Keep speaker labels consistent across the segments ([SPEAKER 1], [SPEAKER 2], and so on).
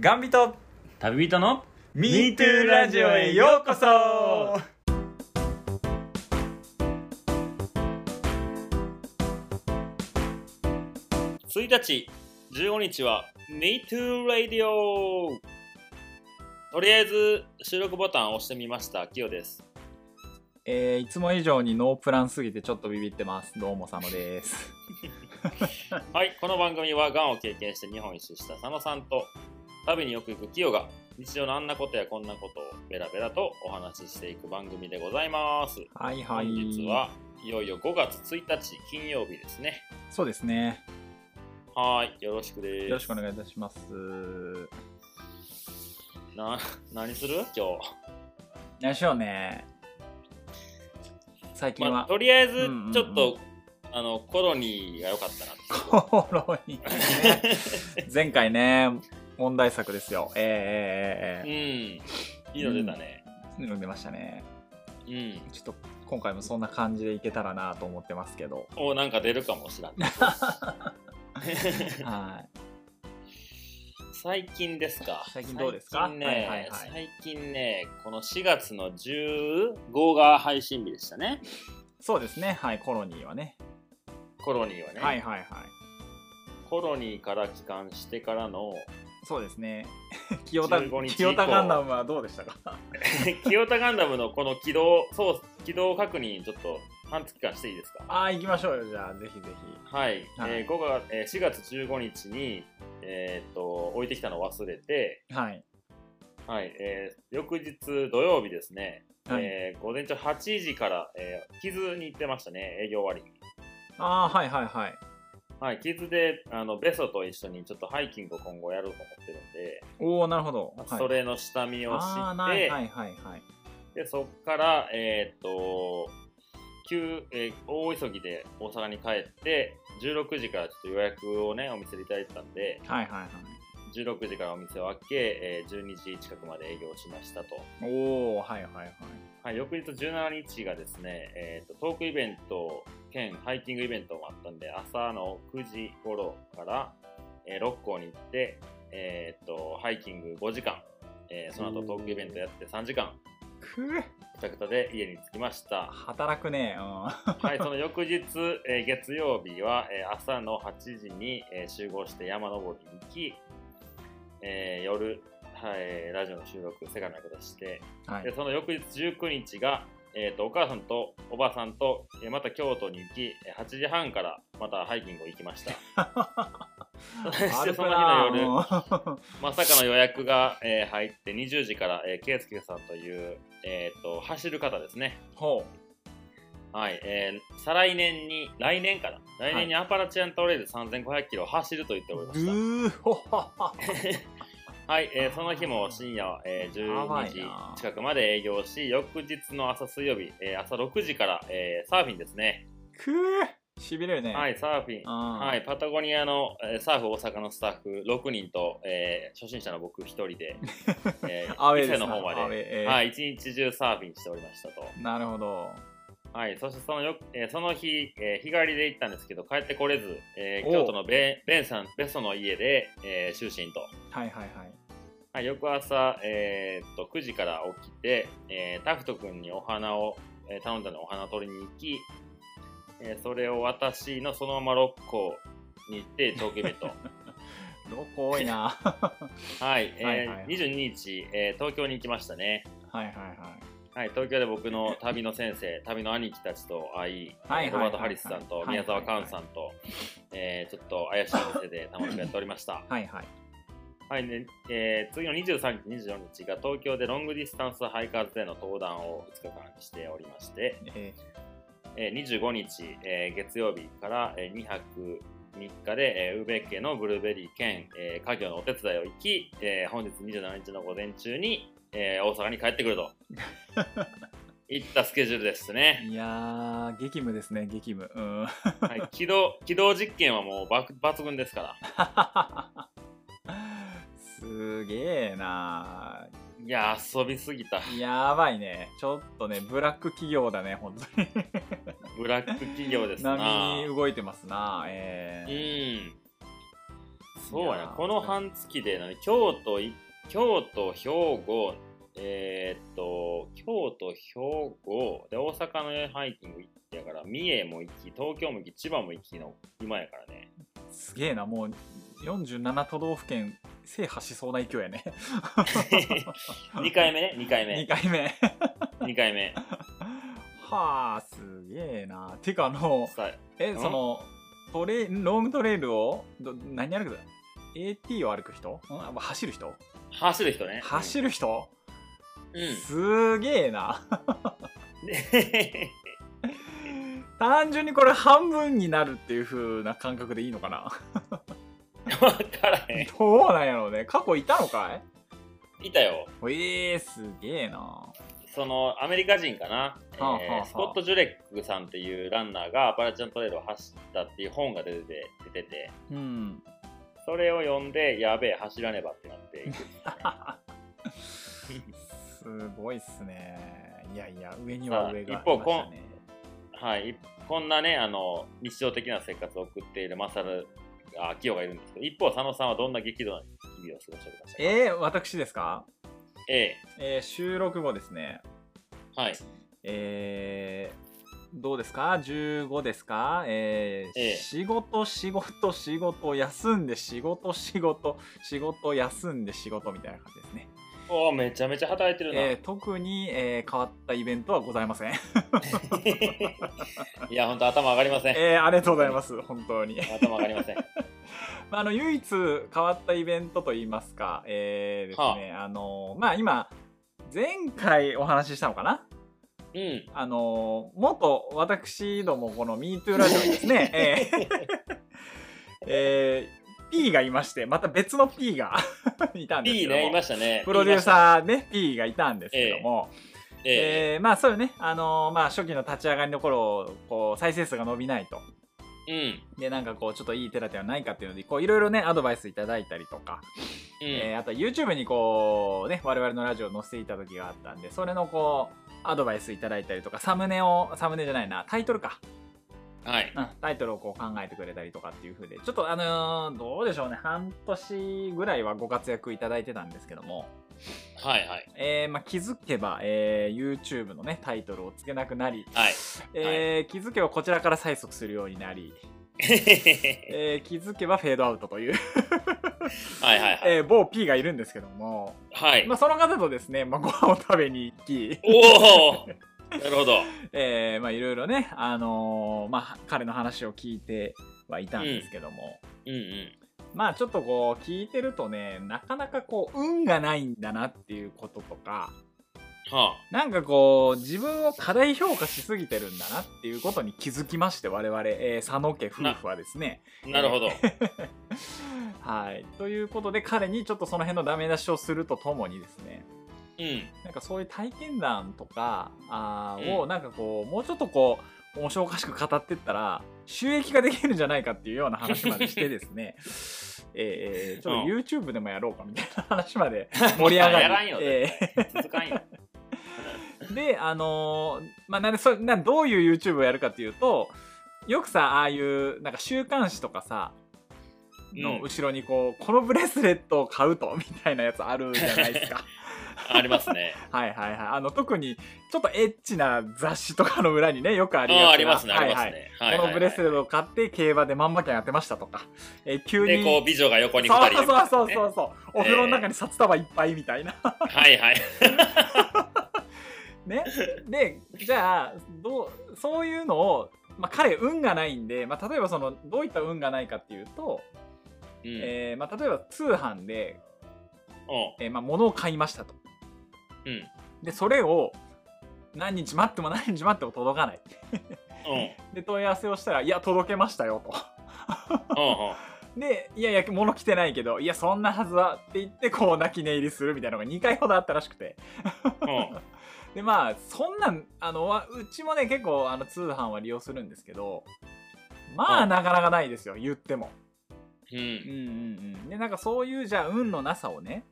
[SPEAKER 1] ガンビト
[SPEAKER 2] 旅人の
[SPEAKER 1] MeToo ラジオへようこそ
[SPEAKER 2] 1日15日は MeToo Radio とりあえず収録ボタンを押してみましたキヨです
[SPEAKER 1] えー、いつも以上にノープランすぎてちょっとビビってますどうも佐野です
[SPEAKER 2] はいこの番組はがんを経験して日本一周した佐野さんと旅によく行くキヨが日常のあんなことやこんなことをベラベラとお話ししていく番組でございます
[SPEAKER 1] はいは
[SPEAKER 2] 本
[SPEAKER 1] い
[SPEAKER 2] 日はいよいよ5月1日金曜日ですね
[SPEAKER 1] そうですね
[SPEAKER 2] はーいよろしくです
[SPEAKER 1] よろしくお願いいたします
[SPEAKER 2] な何する今
[SPEAKER 1] 何しようね最
[SPEAKER 2] 日、
[SPEAKER 1] 近
[SPEAKER 2] まあ、
[SPEAKER 1] は、
[SPEAKER 2] とりあえず
[SPEAKER 1] うんうんうん
[SPEAKER 2] ちょっと、あのコロニーが良かった なって
[SPEAKER 1] 心にね前回ね問題作ですよえ
[SPEAKER 2] う
[SPEAKER 1] ーえ
[SPEAKER 2] ん
[SPEAKER 1] ーえーえ
[SPEAKER 2] いいの出たね
[SPEAKER 1] ー読んでましたね
[SPEAKER 2] うん、
[SPEAKER 1] ちょっと今回もそんな感じでいけたらなと思ってますけど
[SPEAKER 2] おなんか出るかも しらん
[SPEAKER 1] は
[SPEAKER 2] 最近ですか
[SPEAKER 1] 最近どうですか
[SPEAKER 2] 最近ね、
[SPEAKER 1] はいはいはい
[SPEAKER 2] 最近ねこの4月の15が配信日でしたね
[SPEAKER 1] いそうですねはいコロニーはね
[SPEAKER 2] コロニーはね、
[SPEAKER 1] はいはいはい
[SPEAKER 2] コロニーから帰還してからの
[SPEAKER 1] そうですね 清田
[SPEAKER 2] 15日以降
[SPEAKER 1] 清田ガンダムはどうでしたか
[SPEAKER 2] 清田ガンダムのこの軌道そう軌道確認ちょっと半月間していいですか
[SPEAKER 1] ああ行きましょうよじゃあぜひぜひ
[SPEAKER 2] はい、
[SPEAKER 1] はい
[SPEAKER 2] えー5月えー4月15日に、えーっと置いてきたのを忘れて、
[SPEAKER 1] はい
[SPEAKER 2] はいえー翌日土曜日ですね、
[SPEAKER 1] はい、
[SPEAKER 2] えー午前中8時から、えー、キズに行ってましたね営業終わりに、
[SPEAKER 1] ああはいはいはい
[SPEAKER 2] はい、キズであのベソと一緒にちょっとハイキングを今後やろうと思ってるんで、
[SPEAKER 1] おおなるほど、はい、
[SPEAKER 2] それの下見を
[SPEAKER 1] ああー
[SPEAKER 2] し
[SPEAKER 1] ない
[SPEAKER 2] て、
[SPEAKER 1] はいはいはい
[SPEAKER 2] でそこから、えーっと急えー大急ぎで大阪に帰って16時からちょっと予約をねお店でいただいてたんで、
[SPEAKER 1] はいはいはい
[SPEAKER 2] 16時からお店を開け、えー12時近くまで営業しましたと、
[SPEAKER 1] おおはいはいはい
[SPEAKER 2] はい、翌日17日がですね、えーとトークイベント兼ハイキングイベントもあったんで朝の9時頃から、えー、6校に行って、えー、とハイキング5時間、えーその後トークイベントやって3時間
[SPEAKER 1] くー
[SPEAKER 2] くたくたで家に着きました、
[SPEAKER 1] 働くねうん
[SPEAKER 2] はい、その翌日、 えー月曜日は、えー朝の8時に、えー集合して山登りに行き、えー夜、はい、ラジオの収録セカンド役出して
[SPEAKER 1] はい
[SPEAKER 2] でその翌日19日が、えー、とお母さんとおばさんと、えーまた京都に行きえー8時半からまたハイキングを行きました そしてその日の夜
[SPEAKER 1] 夜
[SPEAKER 2] まさかの予約が、えー入って20時から、えー、圭介さんという、えー、と走る方ですね
[SPEAKER 1] ほ
[SPEAKER 2] はい、えー再来年に、来年かな、来年にアパラチアントレイル3500キロを走ると言っており
[SPEAKER 1] う
[SPEAKER 2] ま
[SPEAKER 1] ぐ
[SPEAKER 2] した。
[SPEAKER 1] ーほはは
[SPEAKER 2] はい、えーその日も深夜、えー
[SPEAKER 1] やば
[SPEAKER 2] 12
[SPEAKER 1] いな
[SPEAKER 2] 時近くまで営業し、翌日の朝水曜日、えー朝6時から、えーサーフィンですね。
[SPEAKER 1] くーしびれるね
[SPEAKER 2] はい、サーフィン。は、
[SPEAKER 1] はい
[SPEAKER 2] パタゴニアの、えーサーフ大阪のスタッフ6人と、えー初心者の僕1人 で、えー
[SPEAKER 1] アウェ
[SPEAKER 2] 伊
[SPEAKER 1] ー
[SPEAKER 2] 勢
[SPEAKER 1] です
[SPEAKER 2] の方ま
[SPEAKER 1] アウェー
[SPEAKER 2] で、
[SPEAKER 1] えー
[SPEAKER 2] はい、一日中サーフィンしておりましたと。
[SPEAKER 1] なるほど
[SPEAKER 2] はい、そしてそのよ、えーその日、えー日帰りで行ったんですけど、帰ってこれず、えー
[SPEAKER 1] おう
[SPEAKER 2] 京都のベベンさん、ベソの家で、えー就寝と。
[SPEAKER 1] はいはいはい
[SPEAKER 2] はい、翌朝、えーっと9時から起きて、えータフト君にお花を、えー頼んだのでお花を取りに行き、えーそれを私のそのまま六甲に行って、東京イベント。
[SPEAKER 1] ロコ多いな
[SPEAKER 2] はい、えー
[SPEAKER 1] はいはいはい
[SPEAKER 2] 22日、えー東京に行きましたね。
[SPEAKER 1] はいはいはい
[SPEAKER 2] はい、東京で僕 の旅の先生、旅の兄貴たちと会い、
[SPEAKER 1] はいはいはいはい
[SPEAKER 2] ロバート・ハリスさんと
[SPEAKER 1] はいはいはい
[SPEAKER 2] 宮沢カウンさんと、えーちょっと怪しい店で楽しくやっておりました。
[SPEAKER 1] はいはい
[SPEAKER 2] はいねえー次の23日、24日が東京でロングディスタンスハイカーズでの登壇を2日間しておりまして、
[SPEAKER 1] え
[SPEAKER 2] えー25日、えー月曜日から、え2泊3日で、えー、宇部家のブルーベリー兼、えー家業のお手伝いを行き、えー本日27日の午前中に、えー大阪に帰ってくるといったスケジュールです
[SPEAKER 1] ー
[SPEAKER 2] ね、
[SPEAKER 1] いやー激務ですね激務うん
[SPEAKER 2] はい、軌道軌道実験はもうばく抜群ですから
[SPEAKER 1] すげえない
[SPEAKER 2] やー遊びすぎた
[SPEAKER 1] やばいねちょっとねブラック企業だね本当に
[SPEAKER 2] ブラック企業ですな
[SPEAKER 1] 波に動いてますなえ
[SPEAKER 2] うん。そうや
[SPEAKER 1] いや
[SPEAKER 2] な
[SPEAKER 1] ー
[SPEAKER 2] この半月でな京都い京都兵庫えーっと京都兵庫で大阪のハイキング行ってやから三重も行き東京も行き千葉も行きの今やから ね
[SPEAKER 1] すげえなもう47都道府県制覇しそうな勢いやね
[SPEAKER 2] 2回目ね2回
[SPEAKER 1] 2
[SPEAKER 2] 目
[SPEAKER 1] 回目
[SPEAKER 2] 2回目
[SPEAKER 1] はあすげえなてかあの
[SPEAKER 2] さ
[SPEAKER 1] え
[SPEAKER 2] ん
[SPEAKER 1] そのトレイロングトレイルをど何歩く AT を歩く人んあ走る人
[SPEAKER 2] 走る人ね
[SPEAKER 1] 走
[SPEAKER 2] る
[SPEAKER 1] る人、
[SPEAKER 2] うん、うん
[SPEAKER 1] すげえな
[SPEAKER 2] で
[SPEAKER 1] 単純にこれ半分になるっていう風な感覚でいいのかな
[SPEAKER 2] 分からへん
[SPEAKER 1] どうなんやろうね過去いたのかい
[SPEAKER 2] いたよ
[SPEAKER 1] ええすげえな
[SPEAKER 2] そのアメリカ人かな、
[SPEAKER 1] はあはあは
[SPEAKER 2] え
[SPEAKER 1] あ
[SPEAKER 2] ースコット・ジュレックさんっていうランナーがアパラチャントレイルを走ったっていう本が出てて出てて
[SPEAKER 1] うん
[SPEAKER 2] それを読んでやべえ走らねばってなって いく
[SPEAKER 1] すごいっすねいやいや上には上が
[SPEAKER 2] さあ一方
[SPEAKER 1] いましたね
[SPEAKER 2] はいこんなねあの日常的な生活を送っているマサルあキヨがいるんですけど一方佐野さんはどんな激動な日々を過ごしておりましたか
[SPEAKER 1] えー、私ですか、
[SPEAKER 2] え
[SPEAKER 1] えー収録後ですね
[SPEAKER 2] えはい
[SPEAKER 1] えーどうですか15ですか、えー
[SPEAKER 2] ええ
[SPEAKER 1] 仕事仕事仕事休んで仕事仕事仕事休んで仕事みたいな感じですね、
[SPEAKER 2] おーめちゃめちゃ働いてるな、
[SPEAKER 1] えー特に、えー変わったイベントはございま せん、
[SPEAKER 2] いやほんと頭上がりません、
[SPEAKER 1] えーありがとうございます本当に、
[SPEAKER 2] 頭上がりません
[SPEAKER 1] まあ、あの唯一変わったイベントといいますかえーですね、あのまあ今前回お話ししたのかな
[SPEAKER 2] うん
[SPEAKER 1] あの元私どもこの MeToo ラジオにです ね、えー えー P がいましてまた別の P が いたんですけ
[SPEAKER 2] P
[SPEAKER 1] ども
[SPEAKER 2] ねいましたね
[SPEAKER 1] プロデュー
[SPEAKER 2] ー
[SPEAKER 1] サーね P がいたんですけども、え
[SPEAKER 2] え
[SPEAKER 1] ーまあそういうね、あのまあ、初期の立ち上がりの頃こう再生数が伸びないと
[SPEAKER 2] えうん
[SPEAKER 1] でなんかこうちょっといい手立てはないかっていうのでこういろいろねアドバイスいただいたりとか、
[SPEAKER 2] うん、
[SPEAKER 1] えーあとは YouTube にこうね我々のラジオを載せていた時があったんでそれのこうアドバイスいただいたりとかサムネをサムネじゃないなタイトルか、
[SPEAKER 2] はい
[SPEAKER 1] うん、タイトルをこう考えてくれたりとかっていう風でちょっとあのーどうでしょうね半年ぐらいはご活躍いただいてたんですけども、
[SPEAKER 2] はいはい
[SPEAKER 1] えーまあ、気づけば、えー YouTube のねタイトルをつけなくなり、
[SPEAKER 2] はい
[SPEAKER 1] えー気づけばこちらから催促するようになり、えー気づけばフェードアウトという、
[SPEAKER 2] はいはいはい。
[SPEAKER 1] えー某 P がいるんですけども
[SPEAKER 2] はい。
[SPEAKER 1] まあ、その方とですね、まあ、ご飯を食べに行き、
[SPEAKER 2] おおなるほど。
[SPEAKER 1] えーまあ、いろいろね、あのーまあ、彼の話を聞いてはいたんですけども、
[SPEAKER 2] うんうん。
[SPEAKER 1] まあちょっとこう聞いてるとねなかなかこう運がないんだなっていうこととか
[SPEAKER 2] は
[SPEAKER 1] なんかこう自分を過大評価しすぎてるんだなっていうことに気づきまして我々、えー佐野家夫婦はですね
[SPEAKER 2] あ、なるほど。
[SPEAKER 1] はいということで彼にちょっとその辺のダメ出しをするとともにですね
[SPEAKER 2] うん。
[SPEAKER 1] なんかそういう体験談とかあー
[SPEAKER 2] う
[SPEAKER 1] をなんかこうもうちょっとこう面白おかしく語ってったら収益ができるんじゃないかっていうような話までしてですね えーえーちょっと YouTube でもやろうかみたいな話ま で盛り上
[SPEAKER 2] や
[SPEAKER 1] が
[SPEAKER 2] らん
[SPEAKER 1] り
[SPEAKER 2] よ、
[SPEAKER 1] え
[SPEAKER 2] 続かんよ。
[SPEAKER 1] ーであのーまあなんでそれなんどういう YouTube をやるかっていうとよくさああいうなんか週刊誌とかさ
[SPEAKER 2] う
[SPEAKER 1] の
[SPEAKER 2] ん
[SPEAKER 1] 後ろにこう、このブレスレットを買うとみたいなやつあるじゃないですか。
[SPEAKER 2] ありますね。
[SPEAKER 1] はいはいはい。あの、特に、ちょっとエッチな雑誌とかの裏にね、よくあ
[SPEAKER 2] あ
[SPEAKER 1] りがちな
[SPEAKER 2] あ、ありますね、ありま
[SPEAKER 1] は
[SPEAKER 2] す
[SPEAKER 1] いはい
[SPEAKER 2] ね。はい
[SPEAKER 1] こ
[SPEAKER 2] はい
[SPEAKER 1] の
[SPEAKER 2] は
[SPEAKER 1] ブ
[SPEAKER 2] い
[SPEAKER 1] レスレットを買って、競馬で万馬券やってましたとか、えー急に。
[SPEAKER 2] で、こう、美女が横に
[SPEAKER 1] そ
[SPEAKER 2] 2人いうるみたい
[SPEAKER 1] そ
[SPEAKER 2] な
[SPEAKER 1] う
[SPEAKER 2] ね
[SPEAKER 1] そうそうそう、お風呂の中に札束いっぱいみたいな。
[SPEAKER 2] はいはい。
[SPEAKER 1] ね。で、じゃあ、どう、そういうのを、まあ、彼、運がないんで、まあ、例えばその、どういった運がないかっていうと、
[SPEAKER 2] うん。
[SPEAKER 1] えーまあ、例えば通販で、
[SPEAKER 2] おう
[SPEAKER 1] えーまあ、物を買いましたと。
[SPEAKER 2] うん。
[SPEAKER 1] で、それを、何日待っても何日待っても届かない。
[SPEAKER 2] うん。
[SPEAKER 1] で問い合わせをしたら「いや届けましたよ」と。
[SPEAKER 2] おう
[SPEAKER 1] で「いやいや物来てないけどいやそんなはずは」って言ってこう泣き寝入りするみたいなのが2回ほどあったらしくて
[SPEAKER 2] おうおう
[SPEAKER 1] でまあそんなんあのわうちもね結構あの通販は利用するんですけどま
[SPEAKER 2] う
[SPEAKER 1] あ
[SPEAKER 2] ん
[SPEAKER 1] なかなかないですよ言ってもう
[SPEAKER 2] う
[SPEAKER 1] ん
[SPEAKER 2] ん。
[SPEAKER 1] うんうんでなんかそういうじゃあ運のなさをね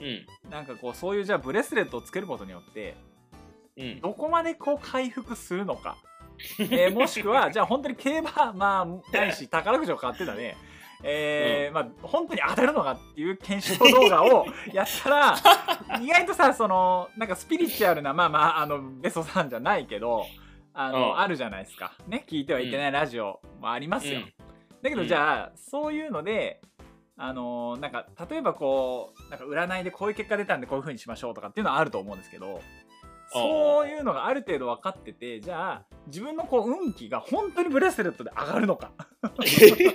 [SPEAKER 2] うん。
[SPEAKER 1] なんかこうそういうじゃあブレスレットをつけることによって
[SPEAKER 2] うん。
[SPEAKER 1] どこまでこう回復するの か、えーもしくはじゃあ本当に競馬まあないし宝くじを買ってたね、えーまあ、本当に当たるのかっていう検証動画をやった ら意外とさそのなんかスピリチュアルなまあまああのベソさんじゃないけどあの、
[SPEAKER 2] うん
[SPEAKER 1] あるじゃないですかね聞いてはいけないラジオもありますよ、
[SPEAKER 2] うん
[SPEAKER 1] だけど
[SPEAKER 2] うん
[SPEAKER 1] じゃあ、そういうのであのなんか例えばこうなんか占いでこういう結果出たんでこういう風にしましょうとかっていうのはあると思うんですけどそういうのがある程度分かっててじゃあ自分のこう運気が本当にブレスレットで上がる のかい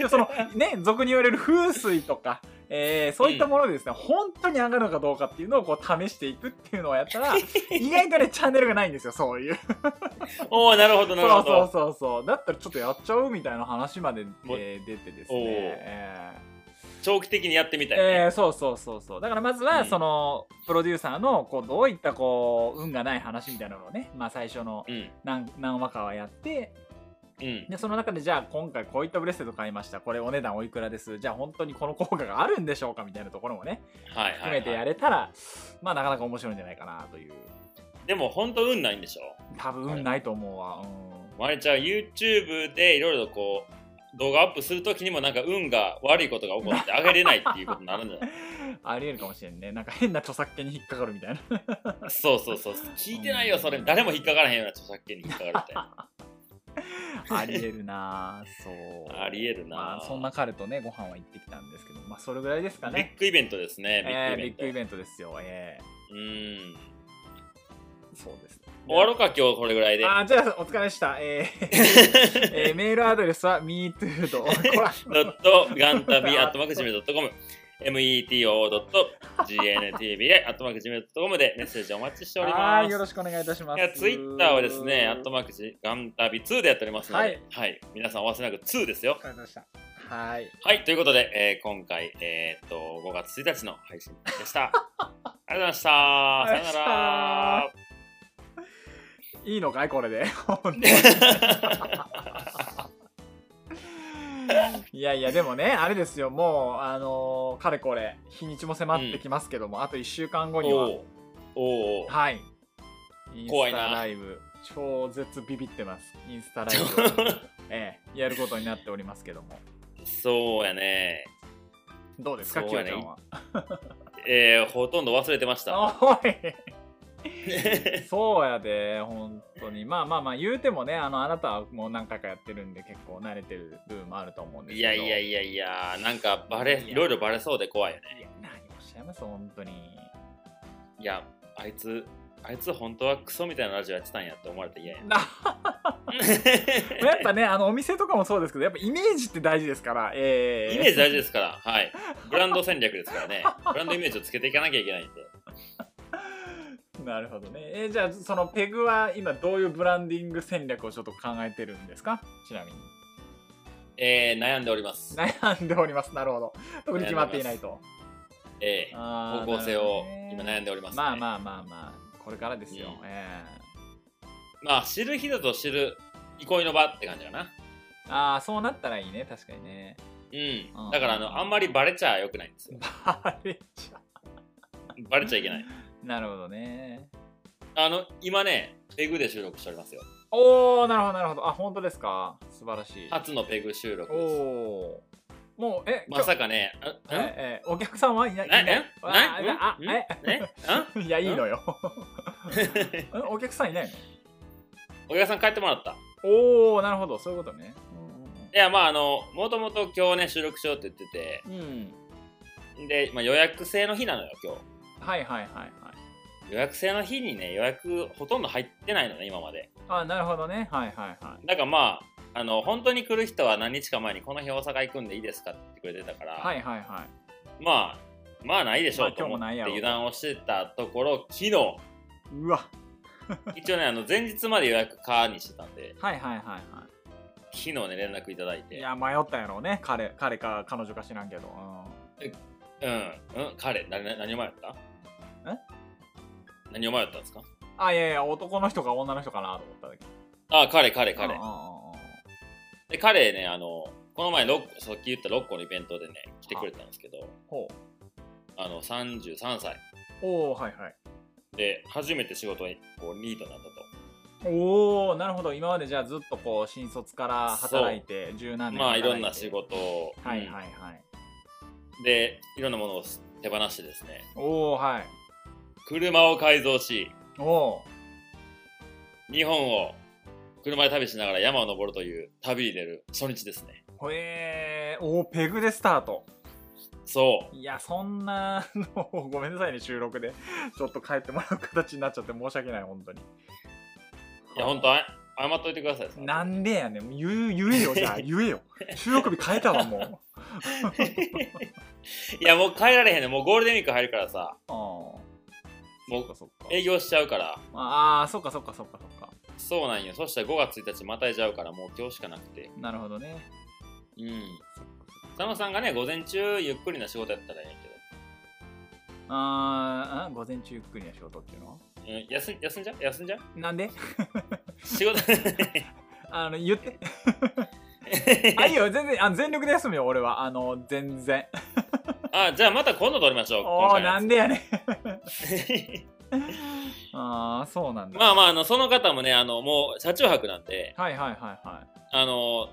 [SPEAKER 1] やそのね俗に言われる風水とか、えーそういったものでですね、本当に上がるのかどうかっていうのをこう試していくっていうのをや ったら意外とねチャンネルがないんですよそういう
[SPEAKER 2] おおなるほど なる
[SPEAKER 1] そ
[SPEAKER 2] ほ
[SPEAKER 1] う
[SPEAKER 2] ど
[SPEAKER 1] そうそうそうだったらちょっとやっちゃうみたいな話まで、
[SPEAKER 2] お
[SPEAKER 1] えー出てです
[SPEAKER 2] お
[SPEAKER 1] ね
[SPEAKER 2] う
[SPEAKER 1] えー
[SPEAKER 2] 長期的にやってみたいね、
[SPEAKER 1] えーそうそうそうそうだからまず
[SPEAKER 2] う
[SPEAKER 1] は
[SPEAKER 2] ん
[SPEAKER 1] その、プロデューサーのこうどういったこう運がない話みたいなのをね、まあ、最初の何何話かはやって
[SPEAKER 2] うんうん
[SPEAKER 1] でその中でじゃあ今回こういったブレスレット買いましたこれお値段おいくらですじゃあ本当にこの効果があるんでしょうかみたいなところもね
[SPEAKER 2] はいはい、
[SPEAKER 1] 含めてやれたら、まあなかなか面白いんじゃないかなという
[SPEAKER 2] でも本当運ないんでしょ
[SPEAKER 1] 多分運ないと思うわ、
[SPEAKER 2] まりちゃん YouTube でいろいろこう動画アップするときにもなんか運が悪いことが起こってあげれないっていうことになるんじゃない
[SPEAKER 1] うん、 ありえるかもしれんねなんか変な著作権に引っかかるみ たいな
[SPEAKER 2] そうそうそう聞いてないよそれ誰も引っかからへんような著作権に引っかかるみたいな
[SPEAKER 1] ありえるなそう
[SPEAKER 2] ありえるな
[SPEAKER 1] まあ、そんな彼とねご飯は行ってきたんですけどまあそれぐらいですか
[SPEAKER 2] ビ
[SPEAKER 1] ね
[SPEAKER 2] ッグイベントですね
[SPEAKER 1] えー
[SPEAKER 2] ビ
[SPEAKER 1] ビッ
[SPEAKER 2] ッグ
[SPEAKER 1] グ
[SPEAKER 2] イ
[SPEAKER 1] イ
[SPEAKER 2] ベン
[SPEAKER 1] ベントですよえ
[SPEAKER 2] ト、うん
[SPEAKER 1] ーそうです
[SPEAKER 2] 終わろうか今日これぐらいで
[SPEAKER 1] あーじゃあお疲れでしたえ ーえーメールアドレスは metoo.
[SPEAKER 2] ドットガンタビアットマークジメドットコム meto.gnTBI アットマークジメドットコムでメッセージお待ちしておりま
[SPEAKER 1] は
[SPEAKER 2] す。
[SPEAKER 1] い、よろしくお願いいたします。
[SPEAKER 2] いやツイッターはですね、アットマークジガンタビ2でやっておりますので、
[SPEAKER 1] はい
[SPEAKER 2] はい、皆さんお忘れなく2ですよ
[SPEAKER 1] お。疲れ様でした。はい、
[SPEAKER 2] はい、ということで、えー今回、えーっと、5月1日の配信でした。ありがとうございました。さよなら。
[SPEAKER 1] いいのかい、これで。いやいや、でもね、あれですよ、もう、あのーかれこれ、日にちも迫ってきますけども、あと1週間後には、
[SPEAKER 2] おうおうおう
[SPEAKER 1] はい、イン
[SPEAKER 2] 怖
[SPEAKER 1] ス
[SPEAKER 2] い
[SPEAKER 1] タ
[SPEAKER 2] な
[SPEAKER 1] ライブ、超絶ビビってます、インスタライ ブを、ええ、やることになっておりますけども、
[SPEAKER 2] そうやね。
[SPEAKER 1] どうですか、
[SPEAKER 2] そう
[SPEAKER 1] きよ
[SPEAKER 2] や
[SPEAKER 1] ち
[SPEAKER 2] ね
[SPEAKER 1] ゃんは。
[SPEAKER 2] えー、ほとんど忘れてま した。
[SPEAKER 1] おいそうやで本当にまあまあまあ言うてもねあのあなたはもう何回かやってるんで結構慣れてる部分もあると思うんです
[SPEAKER 2] い
[SPEAKER 1] けど
[SPEAKER 2] やいや
[SPEAKER 1] い
[SPEAKER 2] いやいや、なんかバレ、
[SPEAKER 1] いや
[SPEAKER 2] いろいろバレそうで怖いよね。
[SPEAKER 1] や何おっしゃいます本当に
[SPEAKER 2] いや、あいつ、あいつ本当はクソみたいなラジオやってたんやって思われて嫌やな。
[SPEAKER 1] なやっぱねあのお店とかもそうですけどやっぱイメージって大事ですからええ
[SPEAKER 2] イメージ大事ですから、はい。ブランド戦略ですからね。ブランドイメージをつけていかなきゃいけないんで。
[SPEAKER 1] なるほどねえーじゃあそのペグは今どういうブランディング戦略をちょっと考えてるんですかちなみに
[SPEAKER 2] えー、悩んでおります。
[SPEAKER 1] 悩んでおりますなるほど特に決まっていないと
[SPEAKER 2] えー、
[SPEAKER 1] 方
[SPEAKER 2] 方向性を今悩んでおります、ね。
[SPEAKER 1] まあまあまあまあこれからですよ、
[SPEAKER 2] うん
[SPEAKER 1] え
[SPEAKER 2] まあ知る人ぞ知る憩いの場って感じかな。
[SPEAKER 1] えああそうなったらいいね確かにね
[SPEAKER 2] うん
[SPEAKER 1] う。ん
[SPEAKER 2] だからあの、あんまりバレちゃよくないんですよ。
[SPEAKER 1] バレちゃ
[SPEAKER 2] バレちゃいけない。
[SPEAKER 1] うなるほどね
[SPEAKER 2] あの、今ね、ペグで収録しておりますよ。
[SPEAKER 1] おおなるほどなるほどあ本当ですか素晴らしい
[SPEAKER 2] 初のペグ収録
[SPEAKER 1] お
[SPEAKER 2] です。
[SPEAKER 1] おーもうえ
[SPEAKER 2] ま
[SPEAKER 1] か
[SPEAKER 2] さかね、あん
[SPEAKER 1] ええお客さんはいないいな
[SPEAKER 2] な
[SPEAKER 1] い
[SPEAKER 2] ん
[SPEAKER 1] いあ
[SPEAKER 2] ない
[SPEAKER 1] あ
[SPEAKER 2] んえあ
[SPEAKER 1] えいやいいのよ えお客さんいない
[SPEAKER 2] お客さん帰ってもらった。い
[SPEAKER 1] のおおなるほどそういうことね
[SPEAKER 2] や、まああの、もともと今日ね、収録しようって言って
[SPEAKER 1] うん、うんうん、
[SPEAKER 2] て、で、まあ、予約制の日なのよ、今
[SPEAKER 1] はいはいはいはい
[SPEAKER 2] 日。予約制の日にね、予約ほとんど入ってないのね、今まで。
[SPEAKER 1] あなるほどねはいはいはい
[SPEAKER 2] だからまあ、あの、本当に来る人は何日か前に、この日大阪行くんでいいですかって言ってくれてたから、
[SPEAKER 1] はいはいはい
[SPEAKER 2] まあ、まあないでしょ
[SPEAKER 1] ま
[SPEAKER 2] う
[SPEAKER 1] あ
[SPEAKER 2] と思っ
[SPEAKER 1] 今日もない
[SPEAKER 2] て
[SPEAKER 1] やろう
[SPEAKER 2] 油断をしてたところ、昨日、
[SPEAKER 1] うわ
[SPEAKER 2] 一応ね、あの、前日まで予約かにしてたんで、
[SPEAKER 1] はいはいはいは
[SPEAKER 2] 昨日ね、連絡いただい
[SPEAKER 1] い
[SPEAKER 2] て、
[SPEAKER 1] いや迷ったんやろうね彼彼か彼女か知らんけど、う
[SPEAKER 2] うん、うん、彼、なな何を迷った
[SPEAKER 1] え
[SPEAKER 2] 何を迷ったんですか
[SPEAKER 1] ん、あいやいや男の人か女の人かなと思っただけ
[SPEAKER 2] あ、彼、彼、彼。
[SPEAKER 1] うんうんうんうん
[SPEAKER 2] で、彼ね、あの、この前、ロッさっき言った6個のイベントでね、来てくれたんですけど、
[SPEAKER 1] ほ
[SPEAKER 2] あの、33歳
[SPEAKER 1] うおおはいはい
[SPEAKER 2] で、初めて仕事にこうニートになったと。
[SPEAKER 1] おおなるほど今までじゃあずっとこう新卒から働いて十何年
[SPEAKER 2] まあ
[SPEAKER 1] 働
[SPEAKER 2] い
[SPEAKER 1] て
[SPEAKER 2] ろんな仕事を、
[SPEAKER 1] はい
[SPEAKER 2] うん
[SPEAKER 1] はいはい、
[SPEAKER 2] でいろんなものを手放してですね
[SPEAKER 1] おおはい
[SPEAKER 2] 車を改造し
[SPEAKER 1] おお
[SPEAKER 2] 日本を車で旅しながら山を登るという旅に出る初日ですね
[SPEAKER 1] ーへえおおペグでスタート
[SPEAKER 2] そう
[SPEAKER 1] いやそんなのをごめんなさいね収録で ちょっと帰ってもらう形になっちゃって申し訳ない本当に
[SPEAKER 2] いや本当あ謝っといてくださいその後
[SPEAKER 1] なんでやねん言う言えよじゃあ 言えよ収録日変えたわもう
[SPEAKER 2] いやもう帰られへんねもうゴールデンウィーク入るからさ
[SPEAKER 1] ああ
[SPEAKER 2] も
[SPEAKER 1] そっ
[SPEAKER 2] う
[SPEAKER 1] かそっか
[SPEAKER 2] 営業しちゃうから
[SPEAKER 1] ああーそっかそっかそっかそっか
[SPEAKER 2] そうなんよそしたら5月1日またいじゃうからもう今日しかなくて
[SPEAKER 1] なるほどね
[SPEAKER 2] うん佐野さんがね午前中ゆっくりな仕事やったらいい
[SPEAKER 1] あーあ午前中ゆっくりな仕事っていうのは
[SPEAKER 2] けど、うん、休ん休んじゃう休んじゃう
[SPEAKER 1] なんで
[SPEAKER 2] 仕事
[SPEAKER 1] あの言ってあいいよ全然あの全力で休むよ俺はあの全然
[SPEAKER 2] あじゃあまた今度撮りましょう
[SPEAKER 1] おおなん
[SPEAKER 2] で
[SPEAKER 1] でやねんああそうなんだ、
[SPEAKER 2] まあまああのその方もねあのもう車中泊なんで
[SPEAKER 1] はいはいはいはい
[SPEAKER 2] あの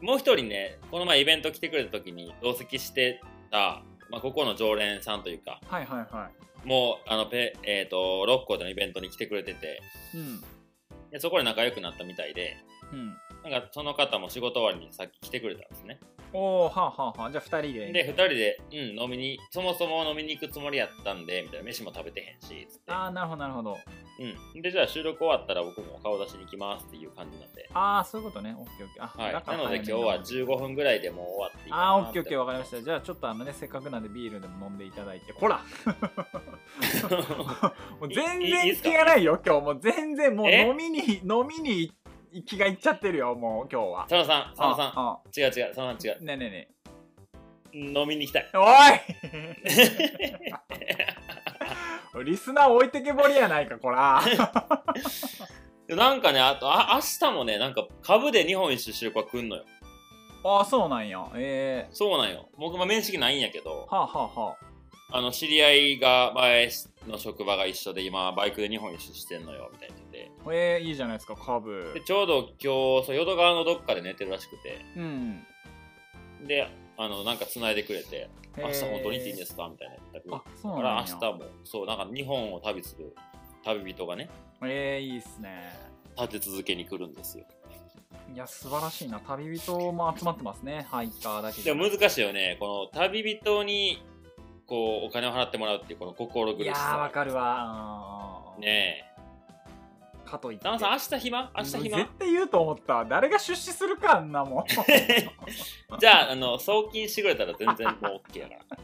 [SPEAKER 2] もう一人ねこの前イベント来てくれた時に同席してた、まあ、ここの常連さんというか
[SPEAKER 1] はいはいは
[SPEAKER 2] もうあのペ、えー、と六甲でのイベントに来てくれてて
[SPEAKER 1] いうん
[SPEAKER 2] でそこで仲良くなったみたいで
[SPEAKER 1] うん
[SPEAKER 2] なんかその方も仕事終わりにさっき来てくれたんですね
[SPEAKER 1] おおはあはあはあじゃあ2人で
[SPEAKER 2] で2人で、うん、飲みにそもそも飲みに行くつもりやったんでみたいな飯も食べてへんしつって
[SPEAKER 1] ああなるほどなるほど
[SPEAKER 2] うん、でじゃあ収録終わったら僕も顔出しに行きますっていう感じなんで、
[SPEAKER 1] ああそういうことねオッケーオッケーあ、
[SPEAKER 2] はい、
[SPEAKER 1] だか
[SPEAKER 2] な
[SPEAKER 1] ら
[SPEAKER 2] ので今日は15分ぐらいでもう終わっていいか
[SPEAKER 1] あ
[SPEAKER 2] な
[SPEAKER 1] ーオッ
[SPEAKER 2] っ
[SPEAKER 1] ケーオッ
[SPEAKER 2] て
[SPEAKER 1] ケーわかりましたじゃあちょっとあのねせっかくなんでビールでも飲んでいただいてほら もう全
[SPEAKER 2] いいいい
[SPEAKER 1] 然
[SPEAKER 2] っすか
[SPEAKER 1] 気がないよ今日もう全然もう
[SPEAKER 2] え
[SPEAKER 1] 飲みに飲みに気がいっちゃってるよもう今日は
[SPEAKER 2] 佐野さん佐野さん
[SPEAKER 1] あ
[SPEAKER 2] 違う違う佐野さん違
[SPEAKER 1] あねえねえね
[SPEAKER 2] う飲みに行きたい
[SPEAKER 1] え おいリスナー置いてけぼりやないかこら
[SPEAKER 2] でなんかねあとあ明日もねなんか株で日本一周収穫来んのよ
[SPEAKER 1] ああそうなんやええ
[SPEAKER 2] そうなんよ僕も面識ないんやけど
[SPEAKER 1] はあはあは
[SPEAKER 2] あの知り合いが前の職場が一緒で今バイクで日本一周してんのよみたいに言って
[SPEAKER 1] あええいいじゃないですかカブ
[SPEAKER 2] てでちょうど今日そう淀川のどっかで寝てるらしくて
[SPEAKER 1] うん
[SPEAKER 2] であのなんか繋いでくれて「明日本当に行っていいんですすか?」みたいな言った
[SPEAKER 1] あ
[SPEAKER 2] ら
[SPEAKER 1] そう
[SPEAKER 2] だか
[SPEAKER 1] な
[SPEAKER 2] ら
[SPEAKER 1] んや
[SPEAKER 2] 明日もそうなんか日本を旅する旅人がね
[SPEAKER 1] ええいいっすね
[SPEAKER 2] 立て続けに来るんですよ
[SPEAKER 1] いや素晴らしいな旅人も集まってますねハイカーだけじ
[SPEAKER 2] で
[SPEAKER 1] ゃな
[SPEAKER 2] も
[SPEAKER 1] くて
[SPEAKER 2] 難しいよねこの旅人にこうお金を払ってもらうっていうこの心苦
[SPEAKER 1] い
[SPEAKER 2] し
[SPEAKER 1] やー
[SPEAKER 2] さ
[SPEAKER 1] わかるわうん
[SPEAKER 2] ねえ
[SPEAKER 1] かといって
[SPEAKER 2] 旦那さん明日暇明日
[SPEAKER 1] 絶
[SPEAKER 2] 暇
[SPEAKER 1] 対言うと思ったわ誰が出資するかあんなもん
[SPEAKER 2] じゃああの送金してくれたら全然もう OK やから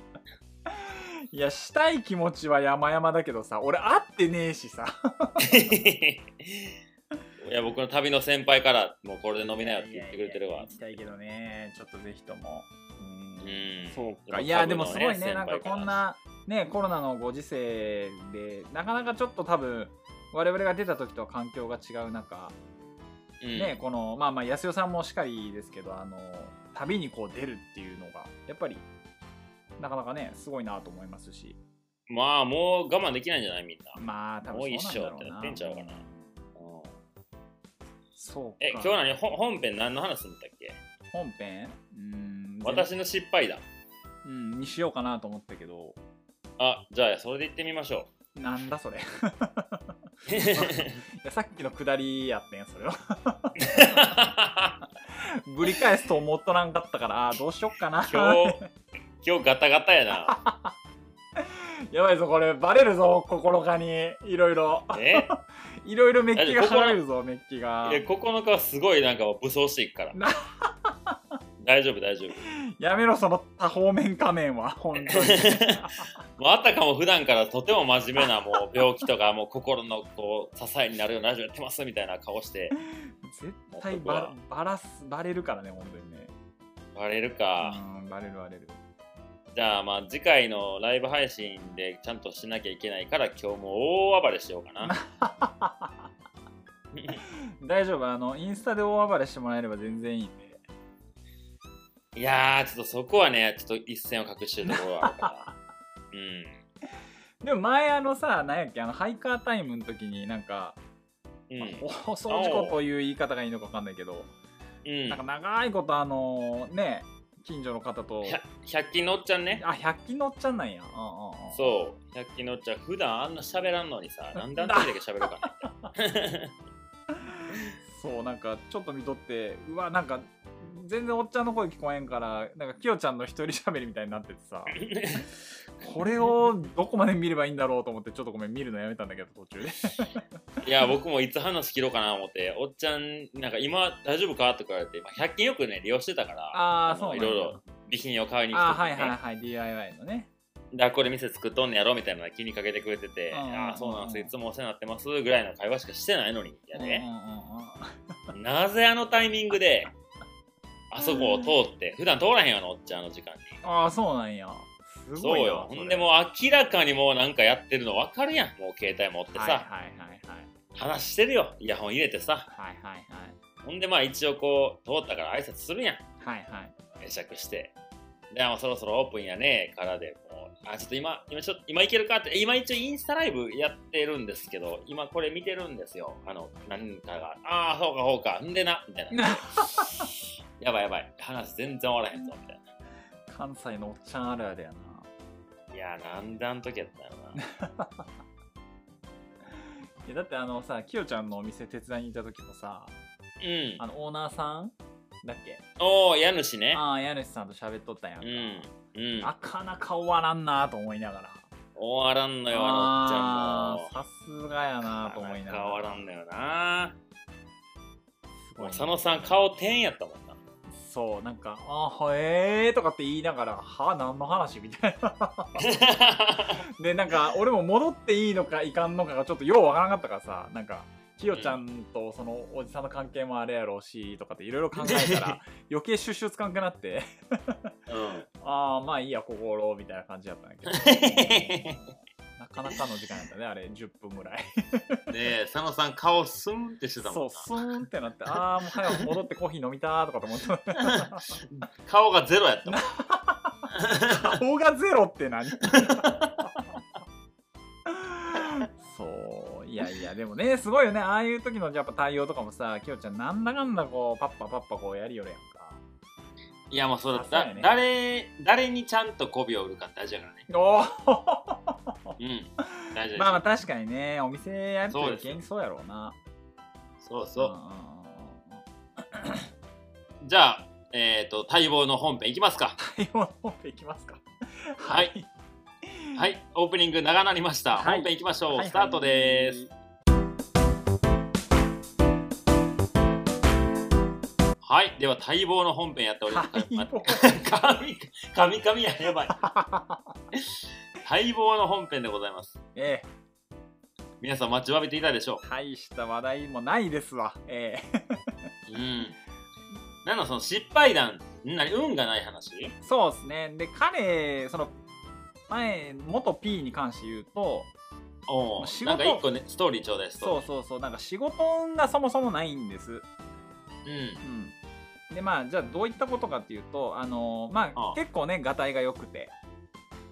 [SPEAKER 1] いやしたい気持ちは山々だけどさ俺会ってねえしさ
[SPEAKER 2] いや僕の旅の先輩からもうこれで飲みなよって言ってくれてる
[SPEAKER 1] いや
[SPEAKER 2] わ
[SPEAKER 1] いや行きたいけどねちょっとぜひともうん
[SPEAKER 2] うん
[SPEAKER 1] そうかいやでもすごいねなんかこん
[SPEAKER 2] 先輩ら
[SPEAKER 1] なねコロナのご時世でなかなかちょっと多分我々が出た時とは環境が違う中
[SPEAKER 2] うん
[SPEAKER 1] ね、このまあまあ安代さんもしかりですけどあの旅にこう出るっていうのがやっぱりなかなかねすごいなと思いますし
[SPEAKER 2] まあもう我慢できないんじゃないみんな、
[SPEAKER 1] まあ多
[SPEAKER 2] もう
[SPEAKER 1] 分
[SPEAKER 2] 一
[SPEAKER 1] そうなんだろう
[SPEAKER 2] 生ってな
[SPEAKER 1] な
[SPEAKER 2] ってんちゃうかなうん
[SPEAKER 1] そうか
[SPEAKER 2] え今日何ほ本編何の話するんだっけ
[SPEAKER 1] 本編うーん
[SPEAKER 2] 私の失敗談
[SPEAKER 1] うんにしようかなと思ったけど
[SPEAKER 2] あじゃあそれで行ってみ ましょ
[SPEAKER 1] なんだそれいうやさっきのくだりやってんそれは ぶり返すと思っとらんかったからあーどうしよっかな
[SPEAKER 2] 今日今日ガタガタ やな
[SPEAKER 1] やばいぞこれバレるぞ心かにいろいろ
[SPEAKER 2] え
[SPEAKER 1] いろいろメッキが剥がれるぞメッキが
[SPEAKER 2] いや9日はすごいなんか武装していくから 大丈夫大丈夫
[SPEAKER 1] やめろその多方面仮面は本当に
[SPEAKER 2] もうあたかも普段からとても真面目なもう病気 とかもう心のこう支えになるようなラジオやってますみたいな顔して
[SPEAKER 1] 絶対ばばらすバレるからね本当にね
[SPEAKER 2] バレるか、
[SPEAKER 1] うんバレるバレる
[SPEAKER 2] じゃあまあ次回のライブ配信でちゃんとしなきゃいけないから今日も大暴れしようかな
[SPEAKER 1] 大丈夫あのインスタで大暴れしてもらえれば全然いいんで
[SPEAKER 2] いやーちょっとそこはねちょっと一線を隠してるところはあ るから
[SPEAKER 1] でも前あのさ何やっけあのハイカータイムの時になんか
[SPEAKER 2] うん。
[SPEAKER 1] まあ 放送事故という言い方がいいのか分かんないけど、
[SPEAKER 2] うん
[SPEAKER 1] なんか長いことあのね近所の方と
[SPEAKER 2] ひゃ百均のおっちゃんね。
[SPEAKER 1] あ百均乗っちゃんなんや、うんうんうん、
[SPEAKER 2] そう、百均のおっちゃん、普段あんな喋らんのに さ、なんであんただけ喋るか
[SPEAKER 1] そうなんかちょっと見とってうわなんか全然おっちゃんの声聞こえんからなんかきよちゃんの一人喋りみたいになってて さ
[SPEAKER 2] な。
[SPEAKER 1] これをどこまで見ればいいんだろうと思ってちょっとごめん見るのやめたんだけど途中で
[SPEAKER 2] いや、僕もいつ話切ろうかな思って、おっちゃん、なんか今大丈夫かって言われて、まあ、100均よくね、利用してたから、
[SPEAKER 1] あ
[SPEAKER 2] あ
[SPEAKER 1] あそうなん
[SPEAKER 2] のい
[SPEAKER 1] だ
[SPEAKER 2] ろいろ備品を買いに来て、ね、
[SPEAKER 1] あーはいはいはい DIY のね
[SPEAKER 2] で、あこれ店作っとんねやろみたいなの気にかけてくれてて、
[SPEAKER 1] うんうんうんうん
[SPEAKER 2] ああ、そうなんです、いつもお世話になってますぐらいの会話しかしてないのに、や
[SPEAKER 1] うん
[SPEAKER 2] ね、
[SPEAKER 1] うんうんうん
[SPEAKER 2] なぜあのタイミングで、あそこを通って、普段通らへんよな、おっちゃんあの時間に。
[SPEAKER 1] ああそうなんやす
[SPEAKER 2] そ
[SPEAKER 1] ご
[SPEAKER 2] う
[SPEAKER 1] いな
[SPEAKER 2] よ。
[SPEAKER 1] れ
[SPEAKER 2] ほんでもう明らかにもうなんかやってるの分かるやん。もう携帯持ってさ、
[SPEAKER 1] はいはいはいはい
[SPEAKER 2] 話してるよ。イヤホン入れてさ。
[SPEAKER 1] はいはいはい
[SPEAKER 2] ほんでまあ一応こう、通ったから挨拶するやん。
[SPEAKER 1] はいはい
[SPEAKER 2] 会釈して。で、あもうそろそろオープンやねからでもう、あ、ちょっと今、今ちょっと、今いけるかって、今一応インスタライブやってるんですけど、今これ見てるんですよ。あの、何かが、ああ、そうかそうか、んでな、みた いな。やばいやばい、話全然終わらへんぞ、みたい
[SPEAKER 1] 関西のおっちゃんあるあるやな
[SPEAKER 2] な。いやー、なんであん時やったよ な。
[SPEAKER 1] いやだってあのさきよちゃんのお店手伝いに行った時もさ
[SPEAKER 2] うん。
[SPEAKER 1] あのオーナーさんだっけ
[SPEAKER 2] おー、家主ね。
[SPEAKER 1] ああ家主さんと喋っとったやんか、
[SPEAKER 2] うん。うん。
[SPEAKER 1] なかなか終わらんなと思いながら
[SPEAKER 2] 終わらんのよ、あのおっち
[SPEAKER 1] あ。ー
[SPEAKER 2] ゃんも
[SPEAKER 1] さすがやなと思いながら
[SPEAKER 2] 終わらんのよな。
[SPEAKER 1] すごい
[SPEAKER 2] も
[SPEAKER 1] うね
[SPEAKER 2] 佐野さん、顔点やったもんな。
[SPEAKER 1] そうなんか「あーはえー」とかって言いながら「は何の話?」みたいなでなんか俺も戻っていいのかいかんのかがちょっとようわからなかったからさなんかきよちゃんとそのおじさんの関係もあれやろうしとかっていろいろ考えたら 余計収集つかんくなって
[SPEAKER 2] うん。
[SPEAKER 1] ああまあいいや心みたいな感じだったんだ けどなかなかの時間やったねあれ10分ぐらい
[SPEAKER 2] ねえ、佐野さん顔スンってしてた
[SPEAKER 1] そ
[SPEAKER 2] もん
[SPEAKER 1] うスーンってなってああもう早く戻ってコーヒー飲みたーとかと思って
[SPEAKER 2] な。顔がゼロやったもん。
[SPEAKER 1] 顔がゼロって何そういやいやでもねすごいよねああいう時のやっぱ対応とかもさきよちゃんなんだかんだこうパッパパッパこうやりよるやんか
[SPEAKER 2] いやもうそれ
[SPEAKER 1] あそうや
[SPEAKER 2] だ、
[SPEAKER 1] ね
[SPEAKER 2] 誰誰にちゃんと媚びを売るか大事だからね。
[SPEAKER 1] おお
[SPEAKER 2] うん。大事
[SPEAKER 1] まあま
[SPEAKER 2] だ
[SPEAKER 1] あ確かにねお店やると
[SPEAKER 2] そう
[SPEAKER 1] 余
[SPEAKER 2] です
[SPEAKER 1] 計にそうやろうな
[SPEAKER 2] そ
[SPEAKER 1] う
[SPEAKER 2] う
[SPEAKER 1] んうん
[SPEAKER 2] そう。じゃあ、えっ、と、待望の本編いきますか。
[SPEAKER 1] 対応の方でいきますか
[SPEAKER 2] はいはい、オープニング長なりました。
[SPEAKER 1] はい
[SPEAKER 2] 本編いきましょう。
[SPEAKER 1] はいはい
[SPEAKER 2] スタートです。はい、では待望の本編やっております。
[SPEAKER 1] 待望
[SPEAKER 2] 神神神ややばい。待望の本編でございます。
[SPEAKER 1] ええ
[SPEAKER 2] 皆さん待ちわびていたでしょ
[SPEAKER 1] 大した話題もないですわええ
[SPEAKER 2] う。うん。なんだその失敗談、ん何運がない話？
[SPEAKER 1] そうですねで彼その前元 P に関して言うと
[SPEAKER 2] おお。
[SPEAKER 1] 仕事
[SPEAKER 2] なんか一個ねストーリーちょうだいス
[SPEAKER 1] そ
[SPEAKER 2] ト
[SPEAKER 1] うそうそうなんか仕事運がそもそもないんです、
[SPEAKER 2] ーリー。うん。
[SPEAKER 1] うん、でまあじゃあどういったことかっていうとあのーまあ
[SPEAKER 2] ああ
[SPEAKER 1] 結構ねがたいが良くて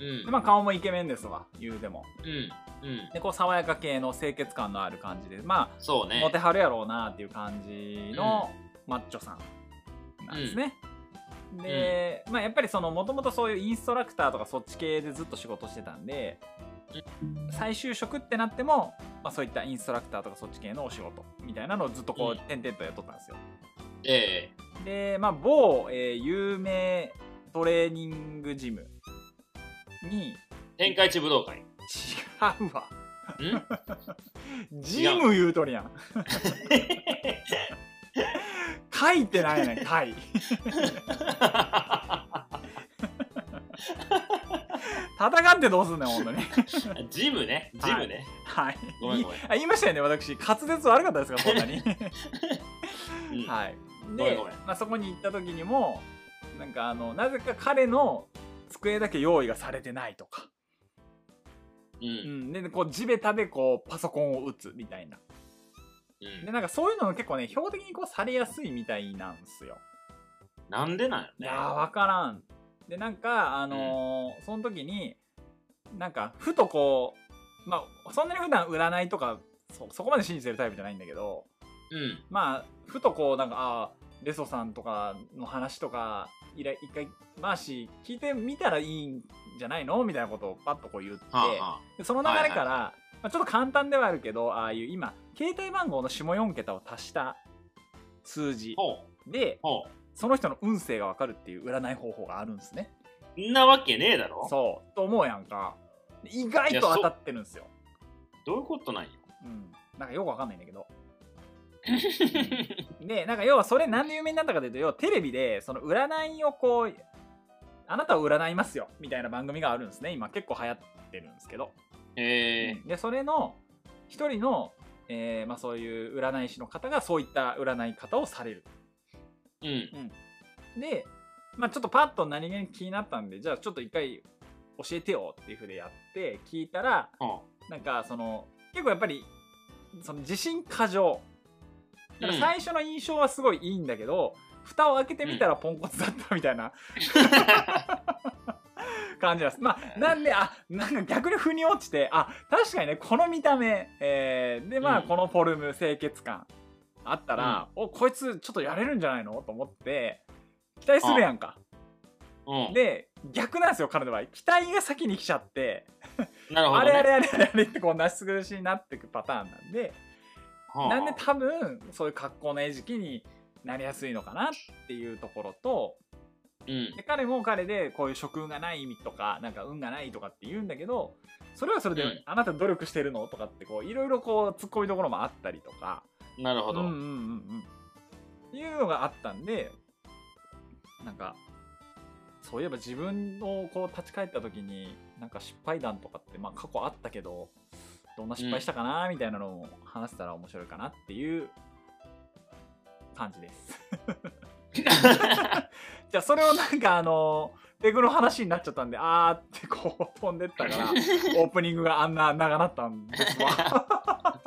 [SPEAKER 2] うん
[SPEAKER 1] で、まあ、顔もイケメンですわ言うでも
[SPEAKER 2] うんうん
[SPEAKER 1] でこう爽やか系の清潔感のある感じでま
[SPEAKER 2] そう
[SPEAKER 1] あ
[SPEAKER 2] ね
[SPEAKER 1] モテはるやろうなっていう感じのマッチョさんなんですね、で、まあ、やっぱりそのもともとそういうインストラクターとかそっち系でずっと仕事してたんで再就職ってなっても、まあ、そういったインストラクターとかそっち系のお仕事みたいなのをずっとこう
[SPEAKER 2] うん
[SPEAKER 1] 点々とやっとったんですよ
[SPEAKER 2] え
[SPEAKER 1] で、まあ、某、えー有名トレーニングジムに
[SPEAKER 2] え天下一武道会
[SPEAKER 1] 違うわ
[SPEAKER 2] ん
[SPEAKER 1] ジム言うとるやん書いてないねん書い戦ってどうすんねん本当に
[SPEAKER 2] ジムねジムね、
[SPEAKER 1] はい
[SPEAKER 2] ごめんごめん
[SPEAKER 1] いあ言いましたよね私滑舌悪かったですかそんな に
[SPEAKER 2] うん
[SPEAKER 1] はい
[SPEAKER 2] ごめ
[SPEAKER 1] で
[SPEAKER 2] んごめん
[SPEAKER 1] まあ、そこに行った時にもなんかあのなぜか彼の机だけ用意がされてないとか、
[SPEAKER 2] う
[SPEAKER 1] うんん、でこう地べたでこうパソコンを打つみたいな
[SPEAKER 2] うん
[SPEAKER 1] でなんかそういうの結構ね標的にこうされやすいみたいなんすよ
[SPEAKER 2] なんでなん
[SPEAKER 1] い
[SPEAKER 2] や
[SPEAKER 1] やー分からんでなんかあのーその時になんかふとこうまあそんなに普段占いとかそそこまで信じてるタイプじゃないんだけど
[SPEAKER 2] うん。
[SPEAKER 1] まあふとこうなんかああレソさんとかの話とかいら一回マーシー聞いてみたらいいんじゃないのみたいなことをパッとこう言って、
[SPEAKER 2] はあ、は
[SPEAKER 1] でその流れから、まあ、ちょっと簡単ではあるけどああいう今携帯番号の下4桁を足した数字
[SPEAKER 2] あ。ほう。
[SPEAKER 1] で
[SPEAKER 2] ほ
[SPEAKER 1] その人の運勢がわかるっていう占い方法があるんですね。
[SPEAKER 2] う。んなわけねえだろ
[SPEAKER 1] そうと思うやんか意外
[SPEAKER 2] いや
[SPEAKER 1] と
[SPEAKER 2] そう
[SPEAKER 1] 当たってるんですよ。
[SPEAKER 2] どういうことなんよ。
[SPEAKER 1] うん、なんかよくわかんないんだけど。でなんか要はそれなんで有名になったかというと要はテレビでその占いをこうあなたを占いますよみたいな番組があるんですね今結構流行ってるんですけど。
[SPEAKER 2] へえ。
[SPEAKER 1] でそれの一人の、えーまあ、そういう占い師の方がそういった占い方をされる
[SPEAKER 2] うん。
[SPEAKER 1] で、まあ、ちょっとパッと何気に気になったんでじゃあちょっと一回教えてよっていうふうでやって聞いたら
[SPEAKER 2] ほ
[SPEAKER 1] なんかその結構やっぱりその自信過剰だから最初の印象はすごいいいんだけど、蓋を開けてみたらポンコツだったみたい な、感じなんです。まあ、なんで、あ、なんか逆に腑に落ちて、あ、確かにね、この見た目、えーで、まあ、
[SPEAKER 2] うん
[SPEAKER 1] このフォルム、清潔感あったら、お、こいつちょっとやれるんじゃないのと思って、期待するやんか。
[SPEAKER 2] うん。うん。
[SPEAKER 1] で、逆なんですよ、彼の場合。期待が先に来ちゃって、
[SPEAKER 2] なるほど、
[SPEAKER 1] あ
[SPEAKER 2] ね。
[SPEAKER 1] れあれあれあれあれってこう、なし崩しになっていくパターンなんで、
[SPEAKER 2] はあ
[SPEAKER 1] なんで多分、そういう格好の餌食になりやすいのかなっていうところと、
[SPEAKER 2] うん。
[SPEAKER 1] で彼も彼でこういう職運がない意味とかなんか運がないとかって言うんだけどそれはそれで、
[SPEAKER 2] うん
[SPEAKER 1] あなた努力してるのとかってこういろいろこう突っ込みどころもあったりとか
[SPEAKER 2] なるほ
[SPEAKER 1] うん
[SPEAKER 2] ど。
[SPEAKER 1] うんうんうんっていうのがあったんでなんかそういえば自分をこう立ち返った時になんか失敗談とかってまあ過去あったけどどんな失敗したかなみたいなのを話せたら面白いかなっていう感じです。 じゃあそれをなんかあのペグの話になっちゃったんであーってこう飛んでった からオープニングがあんな長なったんですわ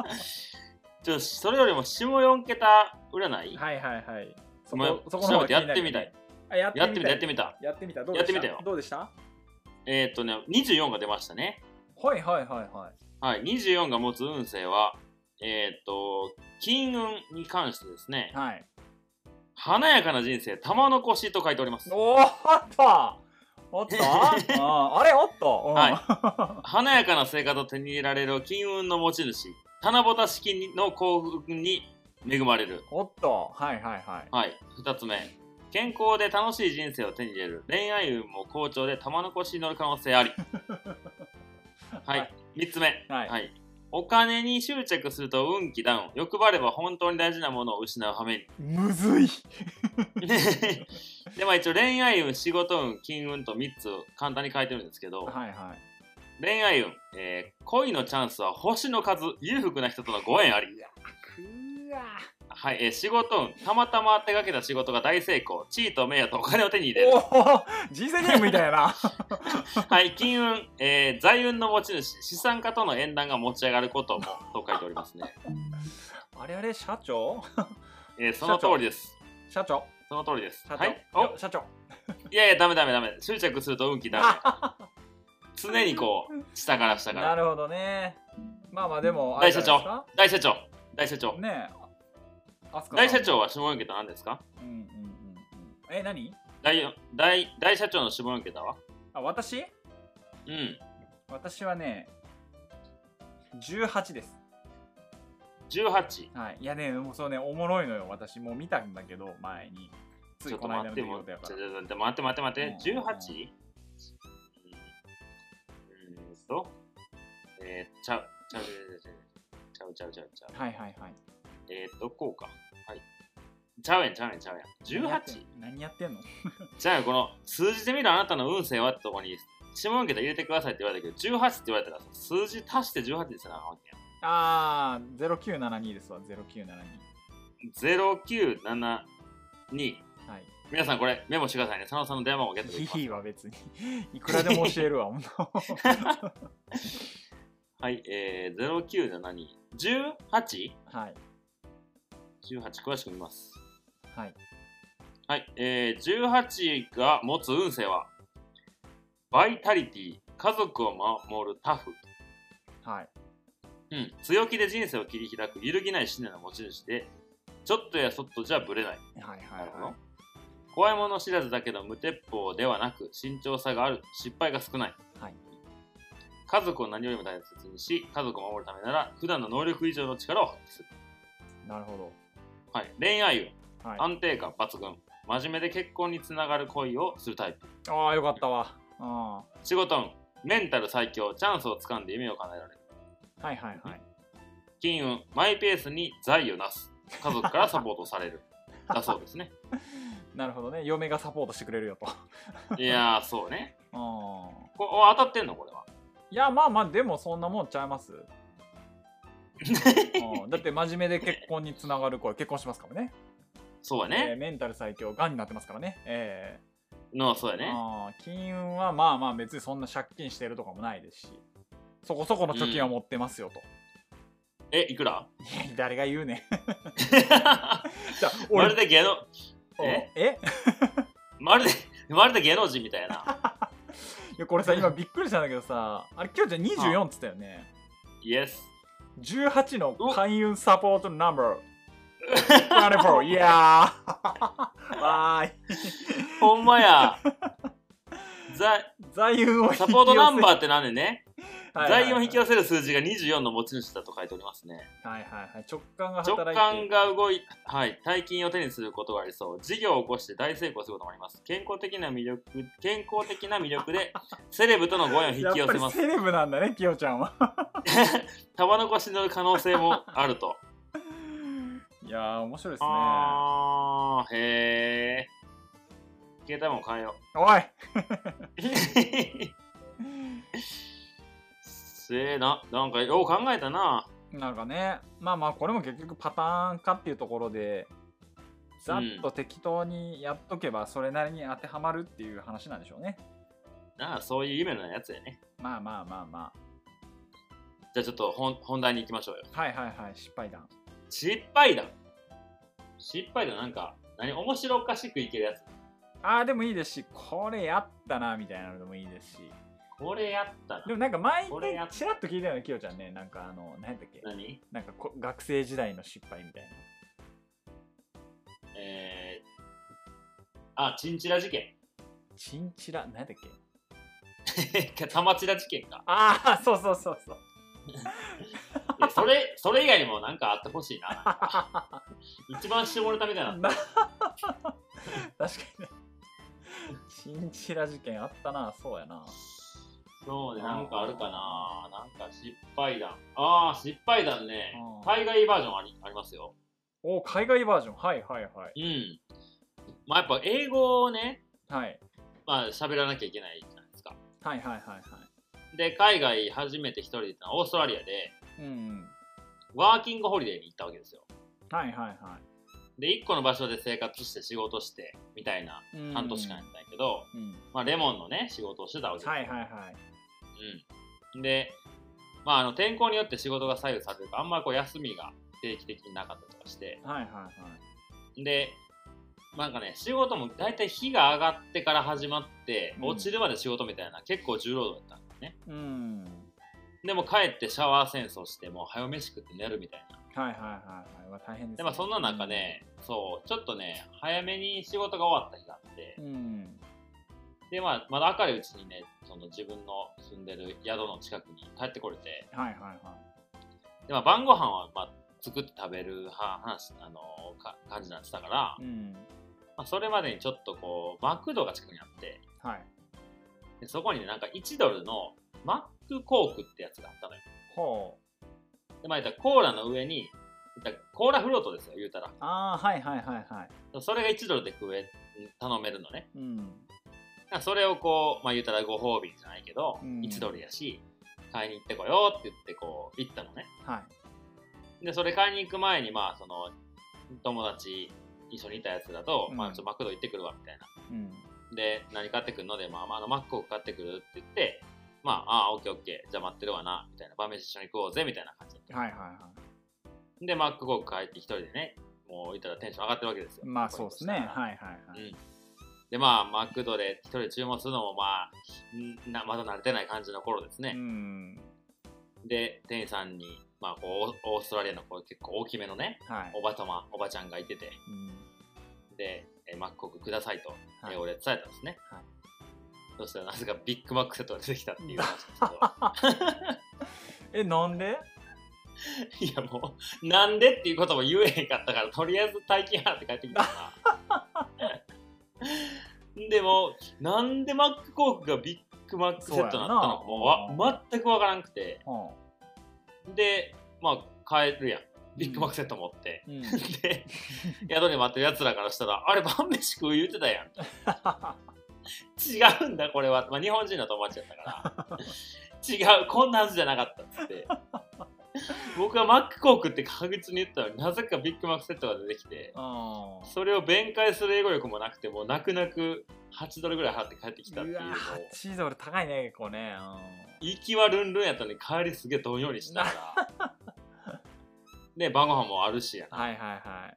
[SPEAKER 2] ちょそれよりも下4桁占い、
[SPEAKER 1] はいはいはいそ
[SPEAKER 2] も
[SPEAKER 1] こ
[SPEAKER 2] う
[SPEAKER 1] そこの方が気
[SPEAKER 2] や
[SPEAKER 1] に
[SPEAKER 2] っ
[SPEAKER 1] な
[SPEAKER 2] て
[SPEAKER 1] る
[SPEAKER 2] みたい。
[SPEAKER 1] あやって
[SPEAKER 2] やってみ
[SPEAKER 1] み
[SPEAKER 2] た
[SPEAKER 1] た
[SPEAKER 2] やってみた。
[SPEAKER 1] やってみたどうでし
[SPEAKER 2] やっ
[SPEAKER 1] た
[SPEAKER 2] てみたよ
[SPEAKER 1] どうでした
[SPEAKER 2] えーっとね、24が出ましたね。
[SPEAKER 1] はいはいはいはい
[SPEAKER 2] はい、24が持つ運勢は、えーっと、金運に関してですね、
[SPEAKER 1] はい
[SPEAKER 2] 華やかな人生、玉残しと書いております。
[SPEAKER 1] おーあ ったおっとああれおっと、うん
[SPEAKER 2] はい華やかな生活を手に入れられる金運の持ち主、七夕式の幸運に恵まれる。
[SPEAKER 1] おっとはいはいはい
[SPEAKER 2] はい、2つ目。健康で楽しい人生を手に入れる。恋愛運も好調で玉残しに乗る可能性あり。 は
[SPEAKER 1] はい
[SPEAKER 2] い、3つ目。
[SPEAKER 1] はい
[SPEAKER 2] お金に執着すると運気ダウン。欲張れば本当に大事なものを失う 羽目に。
[SPEAKER 1] むずい
[SPEAKER 2] で、まあ一応恋愛運、仕事運、金運と3つを簡単に書いてるんですけど、
[SPEAKER 1] はいはい
[SPEAKER 2] 恋愛運、えー恋のチャンスは星の数、裕福な人とのご縁あり。
[SPEAKER 1] くーわ
[SPEAKER 2] はい、えー仕事運、たまたま手掛けた仕事が大成功。地位と名誉とお金を手に入れる
[SPEAKER 1] お。お人生ゲームみたいや な
[SPEAKER 2] はい、金運、えー財運の持ち主、資産家との縁談が持ち上がることもと書いておりますね。
[SPEAKER 1] あれあれ社長
[SPEAKER 2] えーその通りです。
[SPEAKER 1] 社長
[SPEAKER 2] その通りです。
[SPEAKER 1] 社長、
[SPEAKER 2] はい。お、
[SPEAKER 1] 社長
[SPEAKER 2] いやいや、ダメダメダメ。執着すると運気ダ メ。常にこう、下から下か
[SPEAKER 1] な
[SPEAKER 2] ら。
[SPEAKER 1] るほどねまあまあでも
[SPEAKER 2] 大社長
[SPEAKER 1] あれじゃない
[SPEAKER 2] 大社長、大社
[SPEAKER 1] ですか
[SPEAKER 2] 長。
[SPEAKER 1] ねえあすかさん
[SPEAKER 2] 大社長は下4桁なんですか
[SPEAKER 1] うんうんうんうんえ何
[SPEAKER 2] 大よ大大社長の下4桁は
[SPEAKER 1] あ私
[SPEAKER 2] うん。
[SPEAKER 1] 私はね18です
[SPEAKER 2] 18。
[SPEAKER 1] はいいやねもうそうねおもろいのよ私もう見たんだけど前につ
[SPEAKER 2] ち
[SPEAKER 1] い
[SPEAKER 2] ょっ
[SPEAKER 1] ことの間
[SPEAKER 2] 待
[SPEAKER 1] の出来
[SPEAKER 2] ってもう、
[SPEAKER 1] 事
[SPEAKER 2] ち
[SPEAKER 1] や
[SPEAKER 2] ょ
[SPEAKER 1] か
[SPEAKER 2] ち
[SPEAKER 1] ら
[SPEAKER 2] ょちょちょ待って待って待って、
[SPEAKER 1] うん
[SPEAKER 2] 18? うんうーんと、えー、ちゃう、ちゃう、ちゃう、ちゃう、ちゃう、ちゃう、ちゃう、
[SPEAKER 1] はいはいはい
[SPEAKER 2] えーっと、こうか。はい。ちゃうやん、ちゃうやん、ちゃうやん。18?
[SPEAKER 1] 何やってんの
[SPEAKER 2] じゃあ、この数字で見るあなたの運勢はってとこに、下4桁入れてくださいって言われたけど、18って言われたら、数字足して18にせなあかんわけやん。
[SPEAKER 1] あー0972ですわ0972
[SPEAKER 2] 0972。
[SPEAKER 1] はい
[SPEAKER 2] 皆さんこれメモしてくださいね。佐野さんの電話番号ゲットで
[SPEAKER 1] ヒ
[SPEAKER 2] きます
[SPEAKER 1] ヒ。は別に いくらでも教えるわほんと
[SPEAKER 2] はい、えー、0972。18?
[SPEAKER 1] はい
[SPEAKER 2] 18詳しく見ます。
[SPEAKER 1] はい
[SPEAKER 2] はい、えー、18が持つ運勢は、バイタリティ、家族を守るタフ、
[SPEAKER 1] はい
[SPEAKER 2] うん、強気で人生を切り開く揺るぎない信念の持ち主でちょっとやそっとじゃぶれない
[SPEAKER 1] はいは
[SPEAKER 2] ないる
[SPEAKER 1] は
[SPEAKER 2] ほど怖いもの知らずだけど無鉄砲ではなく慎重さがある失敗が少ない
[SPEAKER 1] い。はい。
[SPEAKER 2] 家族を何よりも大切にし家族を守るためなら普段の能力以上の力を発揮する、
[SPEAKER 1] なるほ
[SPEAKER 2] はい、恋愛運
[SPEAKER 1] ど。はい。
[SPEAKER 2] 安定感抜群真面目で結婚につながる恋をするタイプ
[SPEAKER 1] ああ、よかったわ。うん。は
[SPEAKER 2] 仕事運メンタル最強チャンスをつかんで夢を叶えられる
[SPEAKER 1] いはいはい。
[SPEAKER 2] 金運マイペースに財をなす家族からサポートされ るだそうですね
[SPEAKER 1] なるほどね。嫁がサポートしてくれるよと。
[SPEAKER 2] いやーそうね
[SPEAKER 1] うん。
[SPEAKER 2] こお当たってんのこれはい
[SPEAKER 1] や、まあまあ、でもそんなもんちゃい ます。うんだって真面目で結婚につながる子結婚しますからね
[SPEAKER 2] そうや
[SPEAKER 1] えー
[SPEAKER 2] ね、
[SPEAKER 1] メンタル最強がんになってますからねえ
[SPEAKER 2] のそうや
[SPEAKER 1] え
[SPEAKER 2] ね
[SPEAKER 1] あー金運はまあまあ別にそんな借金してるとかもないですしそこそこの貯金は持ってますよと、
[SPEAKER 2] えいくら
[SPEAKER 1] いや誰が言うねん じゃあ
[SPEAKER 2] ま
[SPEAKER 1] 俺
[SPEAKER 2] るで芸能
[SPEAKER 1] え
[SPEAKER 2] え
[SPEAKER 1] え
[SPEAKER 2] まるでまるで芸能人みたいな
[SPEAKER 1] いやこれさ今びっくりしたんだけどさあれきょうちゃん24っつったよね
[SPEAKER 2] イエス
[SPEAKER 1] 18の開運サポートナン バー24いやー わーい
[SPEAKER 2] ほんまや財
[SPEAKER 1] 財運を引き
[SPEAKER 2] サ
[SPEAKER 1] 寄せ
[SPEAKER 2] ポートナンバーってなんでね、
[SPEAKER 1] はいはいはい
[SPEAKER 2] 財運を引き寄せる数字が24の持ち主だと書いておりますね。
[SPEAKER 1] はいはいはい直感が働
[SPEAKER 2] 直
[SPEAKER 1] いてる
[SPEAKER 2] 感が動い、はい、大金を手にすることがありそう。事業を起こして大成功することもあります。健康的な魅力、健康的な魅 力で、セレブとのご縁を引き寄せ
[SPEAKER 1] やっぱ
[SPEAKER 2] ま
[SPEAKER 1] り
[SPEAKER 2] す。
[SPEAKER 1] セレブなんだねきよちゃんは
[SPEAKER 2] 玉の腰に乗る可能性もあると。
[SPEAKER 1] いやー面白いですね
[SPEAKER 2] あー、へー。携帯も変えよ。
[SPEAKER 1] おいう
[SPEAKER 2] せーな、なんかよう考えたな。
[SPEAKER 1] なんかねまあまあこれも結局パターン化っていうところでざっと適当にやっとけばそれなりに当てはまるっていう話なんでしょうね
[SPEAKER 2] なあ、そういう夢のやつやね。
[SPEAKER 1] まあまあまあま
[SPEAKER 2] じゃあちょっと本本題に行きましょうよ。
[SPEAKER 1] あはいはいはい失敗談
[SPEAKER 2] 失敗談失敗談なんか何面白おかしくいけるやつ
[SPEAKER 1] あーでもいいですしこれやったなみたいなのでもいいですし
[SPEAKER 2] これやったな
[SPEAKER 1] でもなんか前
[SPEAKER 2] これや
[SPEAKER 1] 回ちらっと聞いたよねきよちゃんねなんかあの何やったっけ
[SPEAKER 2] 何
[SPEAKER 1] なんかこ学生時代の失敗みたいな
[SPEAKER 2] えー、あチンチラ事件
[SPEAKER 1] チンチラ何やったっけ
[SPEAKER 2] タマチラ事件か
[SPEAKER 1] ああそうそうそうそう
[SPEAKER 2] いやそれそれ以外にもなんかあってほしいな一番絞れたみたいな
[SPEAKER 1] な確かにねチンチラ事件あったなそうやな
[SPEAKER 2] そうねなんかあるかななんか失敗談ああ失敗談ね
[SPEAKER 1] うん
[SPEAKER 2] 海外バージョンありありますよ
[SPEAKER 1] お海外バージョンはいはいはい
[SPEAKER 2] うんまあやっぱ英語をね
[SPEAKER 1] はい
[SPEAKER 2] まあ喋らなきゃいけないじゃないですか
[SPEAKER 1] はいはいはいは
[SPEAKER 2] で海外初めて一人で行ったのはオーストラリアで
[SPEAKER 1] いうんうん
[SPEAKER 2] ワーキングホリデーに行ったわけですよ
[SPEAKER 1] はいはいは
[SPEAKER 2] で1個の場所で生活して仕事してみたいない
[SPEAKER 1] うん
[SPEAKER 2] 半年間やったんやけど、
[SPEAKER 1] うん
[SPEAKER 2] まあ、レモンのね仕事をしてたわけですよ、
[SPEAKER 1] はいはいはい
[SPEAKER 2] うん、で、まあ、あの天候によって仕事が左右されるからあんまりこう休みが定期的になかったりとかして
[SPEAKER 1] はいはいはい
[SPEAKER 2] でなんかね仕事も大体日が上がってから始まって
[SPEAKER 1] うん
[SPEAKER 2] 落ちるまで仕事みたいな結構重労働だったんだよね
[SPEAKER 1] うん
[SPEAKER 2] でも帰ってシャワー戦争してもう早飯食って寝るみたいな
[SPEAKER 1] はいはいはいはい、まあ、大変です、ね、
[SPEAKER 2] でまあそんな中ね、そう、ちょっとね、早めに仕事が終わった日があって
[SPEAKER 1] う、ん
[SPEAKER 2] で、まあ、まだ明るいうちにね、その自分の住んでる宿の近くに帰ってこれて、
[SPEAKER 1] はいはいはい
[SPEAKER 2] で、まあ、晩ご飯は、まあ、作って食べるは話、あのか、感じになってたから、
[SPEAKER 1] うん
[SPEAKER 2] まあ、それまでにちょっとこう、マクドが近くにあって、
[SPEAKER 1] はい
[SPEAKER 2] でそこにね、なんか1ドルのマックコークってやつがあったのよ。
[SPEAKER 1] ほう
[SPEAKER 2] で、まあ、言ったらコーラの上に、言ったらコーラフロートですよ、言うたら。
[SPEAKER 1] ああはいはいはいはい
[SPEAKER 2] それが1ドルで食え、頼めるのね。
[SPEAKER 1] うん
[SPEAKER 2] まあそれをこう、まあ、言うたらご褒美じゃないけど、
[SPEAKER 1] うん
[SPEAKER 2] 1ドルやし買いに行ってこようって言ってこう行ったのね
[SPEAKER 1] はい
[SPEAKER 2] でそれ買いに行く前にまあその友達一緒にいたやつだと、
[SPEAKER 1] うん
[SPEAKER 2] まあ、ちょっとマクド行ってくるわみたいな
[SPEAKER 1] うん
[SPEAKER 2] で何買ってくるので、まあ、まああのマックを買ってくるって言ってまあああオッケーオッケーじゃあ待ってるわなみたいな晩飯一緒に食おうぜみたいな感じだった
[SPEAKER 1] はいはいは
[SPEAKER 2] でマックコーク帰って一人でねもう言ったらテンション上がってるわけですよ
[SPEAKER 1] いまあそうですねはいはいはい
[SPEAKER 2] でまあマクドで一人で注文するのもまあんなまだ慣れてない感じの頃ですね、
[SPEAKER 1] うん
[SPEAKER 2] で店員さんに「まあ、こうオーストラリアのこう結構大きめのね
[SPEAKER 1] はい
[SPEAKER 2] おばたまおばちゃんがいてて
[SPEAKER 1] うん
[SPEAKER 2] で、えーマックコックくださいと、
[SPEAKER 1] はい
[SPEAKER 2] えー俺伝えたんですね、
[SPEAKER 1] はい
[SPEAKER 2] そしたらなぜかビッグマックセットが出てきたっていう話
[SPEAKER 1] えなんで
[SPEAKER 2] ですけど いやもうなんでっていうことも言えへんかったからとりあえず大金払って帰ってきたから でもなんでマックコークがビッグマックセットになったのかも
[SPEAKER 1] そうやな
[SPEAKER 2] わ全くわからなくて
[SPEAKER 1] うん
[SPEAKER 2] でまあ帰るやんビッグマックセット持って、
[SPEAKER 1] うん
[SPEAKER 2] で宿に待ってるやつらからしたらあれ晩飯食う言うてたやん違うんだこれは、まあ、日本人の友達やったから違うこんなはずじゃなかったっつって僕はマックコークって確実に言ったのになぜかビッグマックセットが出てきて
[SPEAKER 1] あー
[SPEAKER 2] それを弁解する英語力もなくてもう泣く泣く8ドルぐらい払って帰ってきたっていううのを
[SPEAKER 1] わ8ドル高いね結構ね
[SPEAKER 2] 行きはルンルンやったのに帰りすげえどんよりしたからで晩ご飯もあるしや
[SPEAKER 1] うんはいはいは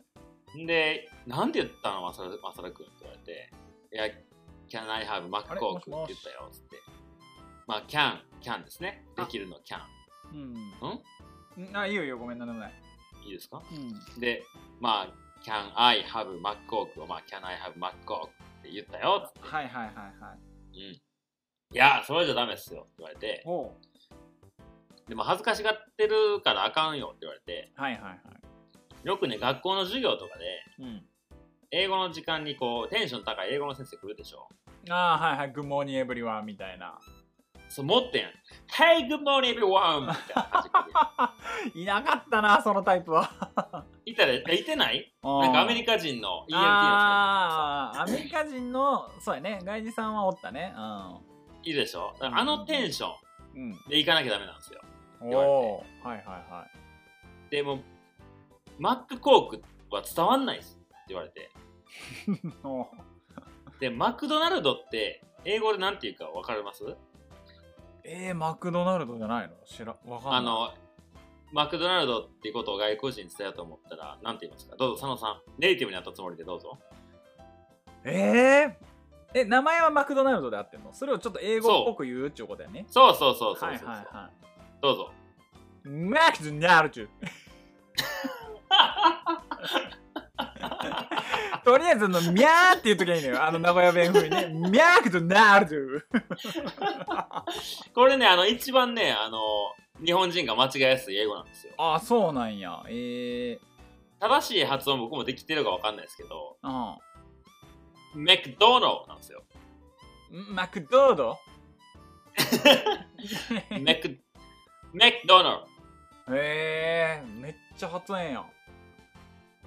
[SPEAKER 1] い
[SPEAKER 2] んでなんて言ったのマサルマサル君って言われて「いや Can I have マックコーク」って言ったよっつってまあ Can Can ですねできるの Can
[SPEAKER 1] うんんあいいよいいよごめんなんでもない
[SPEAKER 2] いいですか
[SPEAKER 1] うん
[SPEAKER 2] でまあ Can I have マックコークをまあ Can I have マックコークって言ったよっつって、
[SPEAKER 1] はいはいはいはい
[SPEAKER 2] うん、いやそれじゃダメっすよって言われて
[SPEAKER 1] おう
[SPEAKER 2] でも恥ずかしがってるからあかんよって言われて
[SPEAKER 1] はいはいはい
[SPEAKER 2] よくね学校の授業とかで
[SPEAKER 1] うん
[SPEAKER 2] 英語の時間にこうテンション高い英語の先生来るでしょ
[SPEAKER 1] ああはいはい「グ o モーニ n エ e リワン」みたいな
[SPEAKER 2] そう持ってん「Hey good morning everyone」みたいな感じで来る
[SPEAKER 1] いなかったなそのタイプはい
[SPEAKER 2] たら、えいてない
[SPEAKER 1] な
[SPEAKER 2] なんかアメリカ人の EMT の人とか
[SPEAKER 1] あーアメリカ人のそうやね外人さんはおったねう
[SPEAKER 2] さいるでしょだからあのテンショ
[SPEAKER 1] ん、
[SPEAKER 2] ンで行かなきゃダメなんですよ。
[SPEAKER 1] うん、
[SPEAKER 2] 言われて
[SPEAKER 1] おおはいはいは
[SPEAKER 2] でもう、マックコークは伝わんないですって言われて。
[SPEAKER 1] いおー
[SPEAKER 2] で、マクドナルドって英語でなんて言うかわかります
[SPEAKER 1] えー、マクドナルドじゃないの知らわかんない
[SPEAKER 2] あの、マクドナルドっていうことを外国人に伝えようと思ったら、なんて言いますかどうぞ、佐野さん。ネイティブになったつもりでどうぞ。
[SPEAKER 1] えー、え名前はマクドナルドであってんのそれをちょっと英語っぽく言うっていうことやね
[SPEAKER 2] そうそうそうそうそう
[SPEAKER 1] はい
[SPEAKER 2] そう、
[SPEAKER 1] はいはい
[SPEAKER 2] どうぞ。
[SPEAKER 1] マクドナルドとりあえずあのミャーって言うときはいいのよあの名古屋弁風にねミャクドナル
[SPEAKER 2] これね、あの、一番ね、あの、日本人が間違えやすい英語なんですよ。
[SPEAKER 1] ドあそうなんやえー、
[SPEAKER 2] 正しい発音僕もできてるかわかんないですけど、
[SPEAKER 1] あ
[SPEAKER 2] メクドナルドなん ですよ。
[SPEAKER 1] んマクドード
[SPEAKER 2] メク、メクドナル
[SPEAKER 1] えー、めっちゃ発音やん
[SPEAKER 2] ド。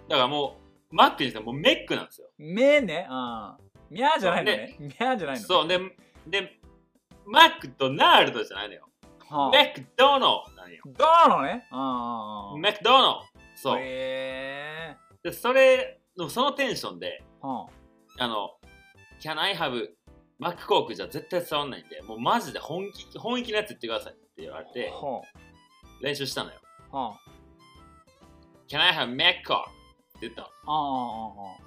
[SPEAKER 2] だからもう、マックにしてもうメックなんですよ。
[SPEAKER 1] 目ねあーミャーじゃないのねミャーじゃないの
[SPEAKER 2] そう、で、で、マクドナルドじゃないのよ。
[SPEAKER 1] はあ
[SPEAKER 2] メクドナルドなんよ。
[SPEAKER 1] ドーのねあー
[SPEAKER 2] メクドナルド。そう。
[SPEAKER 1] へえ
[SPEAKER 2] で、それの、そのテンションで、
[SPEAKER 1] ー、は
[SPEAKER 2] あの、Can I have マックコークじゃ絶対伝わんないんで、もうマジで本気、本気のやつ言ってくださいって言われ
[SPEAKER 1] あ
[SPEAKER 2] て、
[SPEAKER 1] は
[SPEAKER 2] 練習したのよ。
[SPEAKER 1] あはあ
[SPEAKER 2] Can I have メックコークって言ったの。
[SPEAKER 1] あ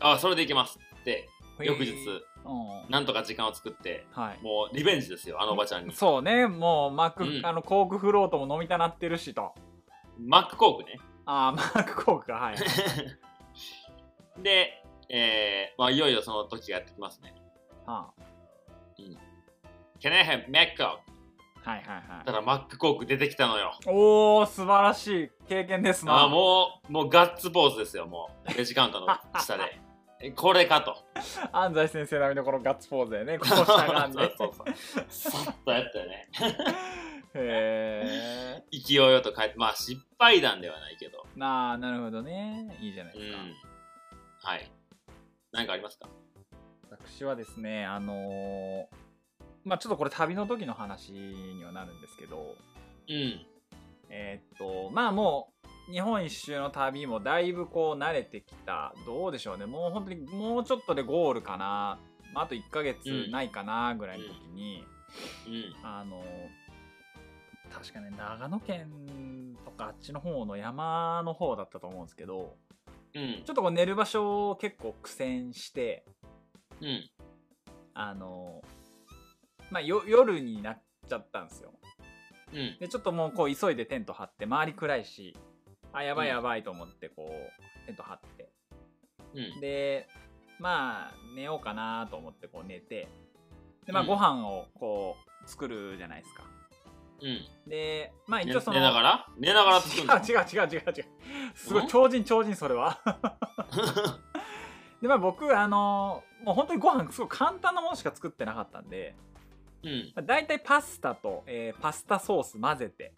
[SPEAKER 1] あ
[SPEAKER 2] あ、それでいけますって、
[SPEAKER 1] あ
[SPEAKER 2] 翌日、
[SPEAKER 1] うん
[SPEAKER 2] なんとか時間を作って、
[SPEAKER 1] はい
[SPEAKER 2] もうリベンジですよ、あのおばちゃんに。
[SPEAKER 1] そうねもうマック、
[SPEAKER 2] うん
[SPEAKER 1] あのコークフロートも飲みたなってるしと
[SPEAKER 2] マックコ ークね。
[SPEAKER 1] ああマックコークがはい
[SPEAKER 2] で、えーまあ、いよいよその時がやってきますね。
[SPEAKER 1] は
[SPEAKER 2] Can I have Mac Coke?
[SPEAKER 1] あはいはいは
[SPEAKER 2] だ か
[SPEAKER 1] い
[SPEAKER 2] らマックコーク出てきたのよ。
[SPEAKER 1] おお素晴らしい経験ですな
[SPEAKER 2] あーもう、もうガッツポーズですよ、もう。レジカウンターの下 で。えこれかと。
[SPEAKER 1] 安西先生並みのこのガッツポーズだよ ねこうした感じ
[SPEAKER 2] そうそうそう。さっとやったよね。
[SPEAKER 1] へえ
[SPEAKER 2] 勢いよと帰って、まあ失敗談ではないけど。
[SPEAKER 1] なあなるほどねいいじゃないうですか、
[SPEAKER 2] ん。はい。何かありますか
[SPEAKER 1] 私はですねあのーまあちょっとこれ旅の時の話にはなるんですけど
[SPEAKER 2] うん。
[SPEAKER 1] えーっとまあもう日本一周の旅もだいぶこう慣れてきたどうでしょうねもう本当にもうちょっとでゴールかな、まあ、あと1ヶ月ないかなぐらいの時に、
[SPEAKER 2] うん。
[SPEAKER 1] あの確かね長野県とかあっちの方の山の方だったと思うんですけど
[SPEAKER 2] うん
[SPEAKER 1] ち。ょっとこう寝る場所を結構苦戦して
[SPEAKER 2] うん。
[SPEAKER 1] あのまあよ夜になっちゃったんですよ
[SPEAKER 2] うん。
[SPEAKER 1] でちょっともうこう急いでテント張って周り暗いしあやばいやばいと思ってこうテント張って
[SPEAKER 2] うん。
[SPEAKER 1] でまあ寝ようかなと思ってこう寝てでまあ
[SPEAKER 2] うん
[SPEAKER 1] ご飯をこう作るじゃないですか
[SPEAKER 2] うん。
[SPEAKER 1] でまあ
[SPEAKER 2] 寝
[SPEAKER 1] 一応その
[SPEAKER 2] 寝ながら寝ながら 作るの
[SPEAKER 1] 違う違う違う違う違うすご
[SPEAKER 2] うん
[SPEAKER 1] い超人超人それは でまあ僕あのもう本当にご飯すごい簡単なものしか作ってなかったんで
[SPEAKER 2] うん。
[SPEAKER 1] まあ大体パスタと、えーパスタソース混ぜて、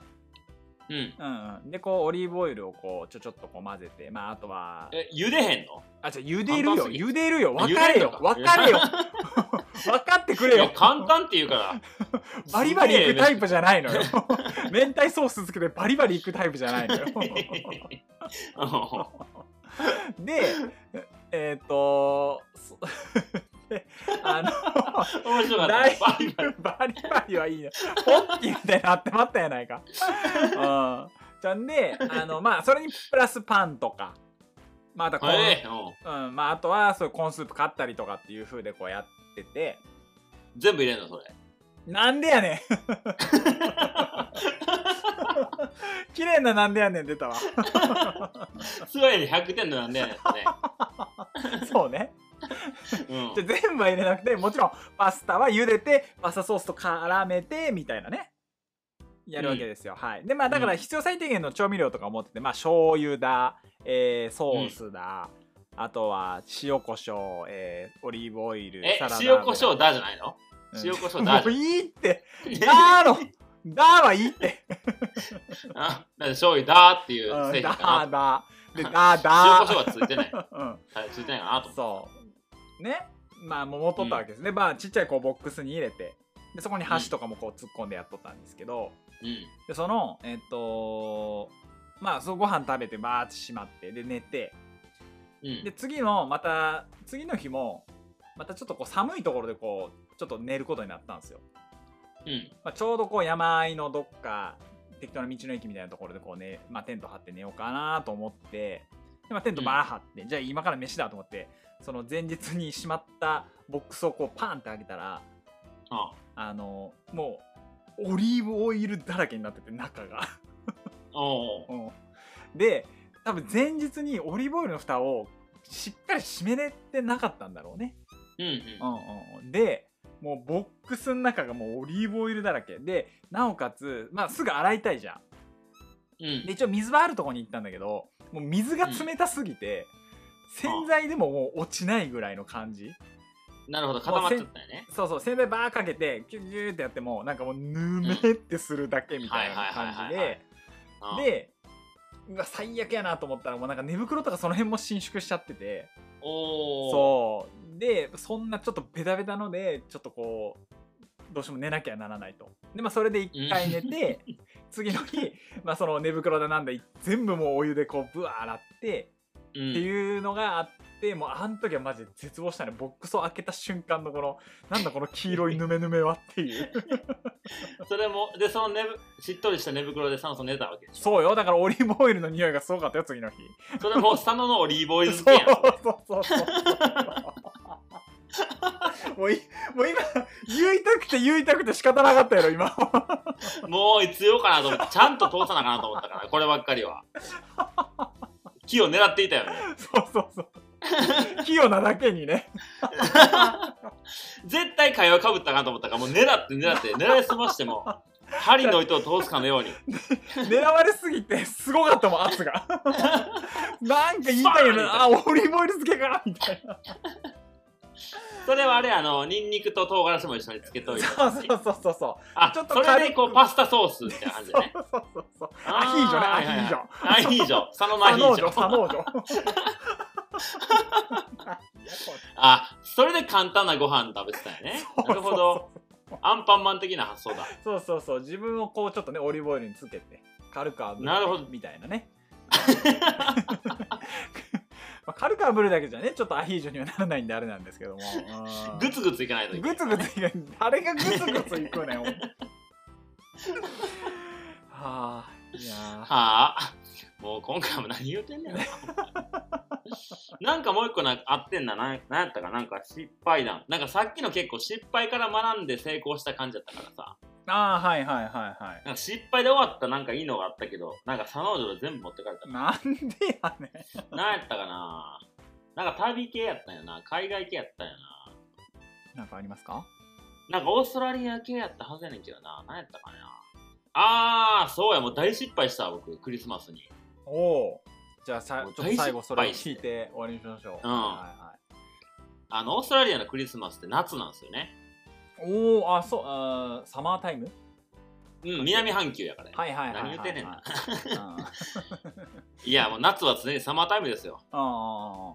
[SPEAKER 2] うん。
[SPEAKER 1] うんうん、でこうオリーブオイルをこうちょちょっとこう混ぜてまああとは
[SPEAKER 2] え、茹でへんの
[SPEAKER 1] あじゃ茹でる
[SPEAKER 2] 簡単
[SPEAKER 1] よ
[SPEAKER 2] すぎる
[SPEAKER 1] 茹でるよ
[SPEAKER 2] あ
[SPEAKER 1] 分かれよ
[SPEAKER 2] 茹で
[SPEAKER 1] 分か
[SPEAKER 2] るのか
[SPEAKER 1] れよ 分かってくれ
[SPEAKER 2] い
[SPEAKER 1] よ
[SPEAKER 2] や簡単って言うから。
[SPEAKER 1] バリバリいくタイ
[SPEAKER 2] プ
[SPEAKER 1] プじゃないのよ 明太ソースつけてバリバリいくタイプじゃないのよでえ っ、とそ であの
[SPEAKER 2] 面 白かった。
[SPEAKER 1] だい
[SPEAKER 2] バリバリ
[SPEAKER 1] ぶバリバリはいいな。ホッキーみたいになってまったやないか。うん。じゃんで、あの、まあ、それにプラスパンとか、まあ、あとコーン、
[SPEAKER 2] ええうん
[SPEAKER 1] うん、まあ、あとは、そういうコーンスープ買ったりとかっていう風でこうやってて、
[SPEAKER 2] 全部入れんのそれ。
[SPEAKER 1] なんでやねん 綺麗ななんでやねん出たわ。
[SPEAKER 2] すごいね、100点のなんでやねんそれ
[SPEAKER 1] そうね。
[SPEAKER 2] う
[SPEAKER 1] じゃあ
[SPEAKER 2] ん
[SPEAKER 1] 全部は入れなくて、もちろんパスタは茹でて、パスタソースと絡めて、みたいなね。やるわけですよ。はい。で、まあだから
[SPEAKER 2] うん
[SPEAKER 1] 必要最低限の調味料とか持ってて、まあ醤油だ、えーソースだ、あとは塩コショウ、えーオリーブオイル、
[SPEAKER 2] え
[SPEAKER 1] サラダ、油。
[SPEAKER 2] 塩コショウだじゃないの
[SPEAKER 1] うん
[SPEAKER 2] 塩コショウだ
[SPEAKER 1] もうい いって、だーの、だーはいいっ て。
[SPEAKER 2] あ、だって醤油だーっていううん製品
[SPEAKER 1] だ
[SPEAKER 2] か
[SPEAKER 1] ー
[SPEAKER 2] な。
[SPEAKER 1] だー。で、だー
[SPEAKER 2] 塩コ
[SPEAKER 1] だ
[SPEAKER 2] シ
[SPEAKER 1] ー。
[SPEAKER 2] ョウはついてない。
[SPEAKER 1] うん
[SPEAKER 2] はいついてないかなと思っ
[SPEAKER 1] そう
[SPEAKER 2] て。
[SPEAKER 1] ねまあ桃取ったわけですね、まあちっちゃいこうボックスに入れてでそこに箸とかもこう突っ込んでやっとったんですけど、
[SPEAKER 2] うん。
[SPEAKER 1] でそのえっとまあそうご飯食べてバーってしまってで寝て
[SPEAKER 2] うん
[SPEAKER 1] で次のまた次の日もまたちょっとこう寒いところでこうちょっと寝ることになったんですよ、
[SPEAKER 2] うん。
[SPEAKER 1] まあ、ちょうどこう山あいのどっか適当な道の駅みたいなところでこうね、まあ、テント張って寝ようかなと思ってで、まあ、テントバー張って、じゃあ今から飯だと思ってその前日にしまったボックスをこうパンって開けたら
[SPEAKER 2] あ
[SPEAKER 1] あのもうオリーブオイルだらけになってて中が
[SPEAKER 2] おう
[SPEAKER 1] うんで多分前日にオリーブオイルの蓋をしっかり閉めれてなかったんだろうね
[SPEAKER 2] うんうん。
[SPEAKER 1] うんうんうん、でもうボックスの中がもうオリーブオイルだらけでなおかつ、まあ、すぐ洗いたいじゃ
[SPEAKER 2] うんん。
[SPEAKER 1] で一応水はあるとこに行ったんだけどもう水が冷たすぎて、洗剤でももう落ちないぐらいの感じ
[SPEAKER 2] なるほど、固まっちゃったよね。
[SPEAKER 1] そうそう洗剤バーかけてギュギュってやってもなんかもうぬめってするだけみたいな感じ
[SPEAKER 2] はいはいはいはい
[SPEAKER 1] ででうわ最悪やなと思ったらもうなんか寝袋とかその辺も伸縮しちゃってて
[SPEAKER 2] うん、おお。
[SPEAKER 1] そうでそんなちょっとベタベタのでちょっとこうどうしても寝なきゃならないとでまあそれで一回寝て次の日、まあ、その寝袋だなんだ全部もうお湯でこうぶわ洗って
[SPEAKER 2] うん。
[SPEAKER 1] っていうのがあってもうあの時はマジで絶望したねボックスを開けた瞬間のこのなんだこの黄色いヌメヌメはっていう
[SPEAKER 2] それも、で、その寝ぶ、しっとりした寝袋で酸素寝たわけでしょ。
[SPEAKER 1] そうよだからオリーブオイルの匂いがすごかったよ次の日
[SPEAKER 2] それも、スタンドのオリーブオイル漬
[SPEAKER 1] そ
[SPEAKER 2] け
[SPEAKER 1] う
[SPEAKER 2] やん。
[SPEAKER 1] そうそうそう。もういもう今言いたくて言いたくて仕方なかったやろ今
[SPEAKER 2] もう必要かなと思って、ちゃんと通さなあかなと思ったから、こればっかりは。木を狙っていたよね。
[SPEAKER 1] そうそうそう器用なだけにね
[SPEAKER 2] 絶対会話かぶったかなと思ったから、もう狙って狙って、狙いすましても、針の糸を通すかのように。
[SPEAKER 1] 狙われすぎてすごかったもん圧がなんか言いたいよねあオリーブオイル漬けかみたいな
[SPEAKER 2] それはあれ、あの、ニンニクと唐辛子も一緒につけといて。
[SPEAKER 1] そうそうそうそうそう
[SPEAKER 2] あ、
[SPEAKER 1] ちょっと
[SPEAKER 2] それ
[SPEAKER 1] 軽
[SPEAKER 2] で
[SPEAKER 1] く
[SPEAKER 2] こう、パスタソースみたいな感じでね。
[SPEAKER 1] そうそうそうそう
[SPEAKER 2] あー
[SPEAKER 1] アヒージョね
[SPEAKER 2] はいはい
[SPEAKER 1] アヒージョ
[SPEAKER 2] はいアヒージョ。佐野のア
[SPEAKER 1] サ
[SPEAKER 2] ヒ
[SPEAKER 1] ノ
[SPEAKER 2] ー
[SPEAKER 1] ー
[SPEAKER 2] ジ
[SPEAKER 1] ジョサ
[SPEAKER 2] ョ。
[SPEAKER 1] ノ ージョ
[SPEAKER 2] あ、それで簡単なご飯食べてたよ ね。なるほど。アンパンマン的な発想だ。
[SPEAKER 1] そうそうそう自分をこうちょっとねオリーブオイルにつけて軽く炙る
[SPEAKER 2] なるほど
[SPEAKER 1] みたいなね まあ軽く炙るだけじゃねちょっとアヒージョにはならないんであれなんですけどもうん
[SPEAKER 2] グツグツいかないといけな
[SPEAKER 1] グ
[SPEAKER 2] い
[SPEAKER 1] ツグツいか誰がグツグツいくねんはあいやー
[SPEAKER 2] はあもう今回も何言う てんねんななんかもう一個なんかあってんななんなんやったかなんか失敗談なんかさっきの結構失敗から学んで成功した感じだったからさ
[SPEAKER 1] ああはいはいはいはい
[SPEAKER 2] なんか失敗で終わったなんかいいのがあったけど、なんかサノージョで全部持ってかれた。
[SPEAKER 1] なんでやねん
[SPEAKER 2] なんやったかななんか旅系やったんやな。海外系やったんやな。
[SPEAKER 1] なんかありますか
[SPEAKER 2] なんかオーストラリア系やったはずやねんけどな。なんやったかなあー、そうや、もう大失敗した、僕、クリスマスに。
[SPEAKER 1] おおじゃあさ
[SPEAKER 2] もう
[SPEAKER 1] ちょっと最後
[SPEAKER 2] 大失
[SPEAKER 1] それを
[SPEAKER 2] 敗
[SPEAKER 1] 聞いて終わりにしましょう、
[SPEAKER 2] うん
[SPEAKER 1] は
[SPEAKER 2] あの、オーストラリアのクリスマスって夏なんですよね。
[SPEAKER 1] いはい、おおあそうあーサマータイム
[SPEAKER 2] うん、南半球やからね。
[SPEAKER 1] はいはいはいはい、はい、
[SPEAKER 2] 何言うてんねんな
[SPEAKER 1] な、うん、あ
[SPEAKER 2] いや、もう夏は常にサマータイムですよ。
[SPEAKER 1] あ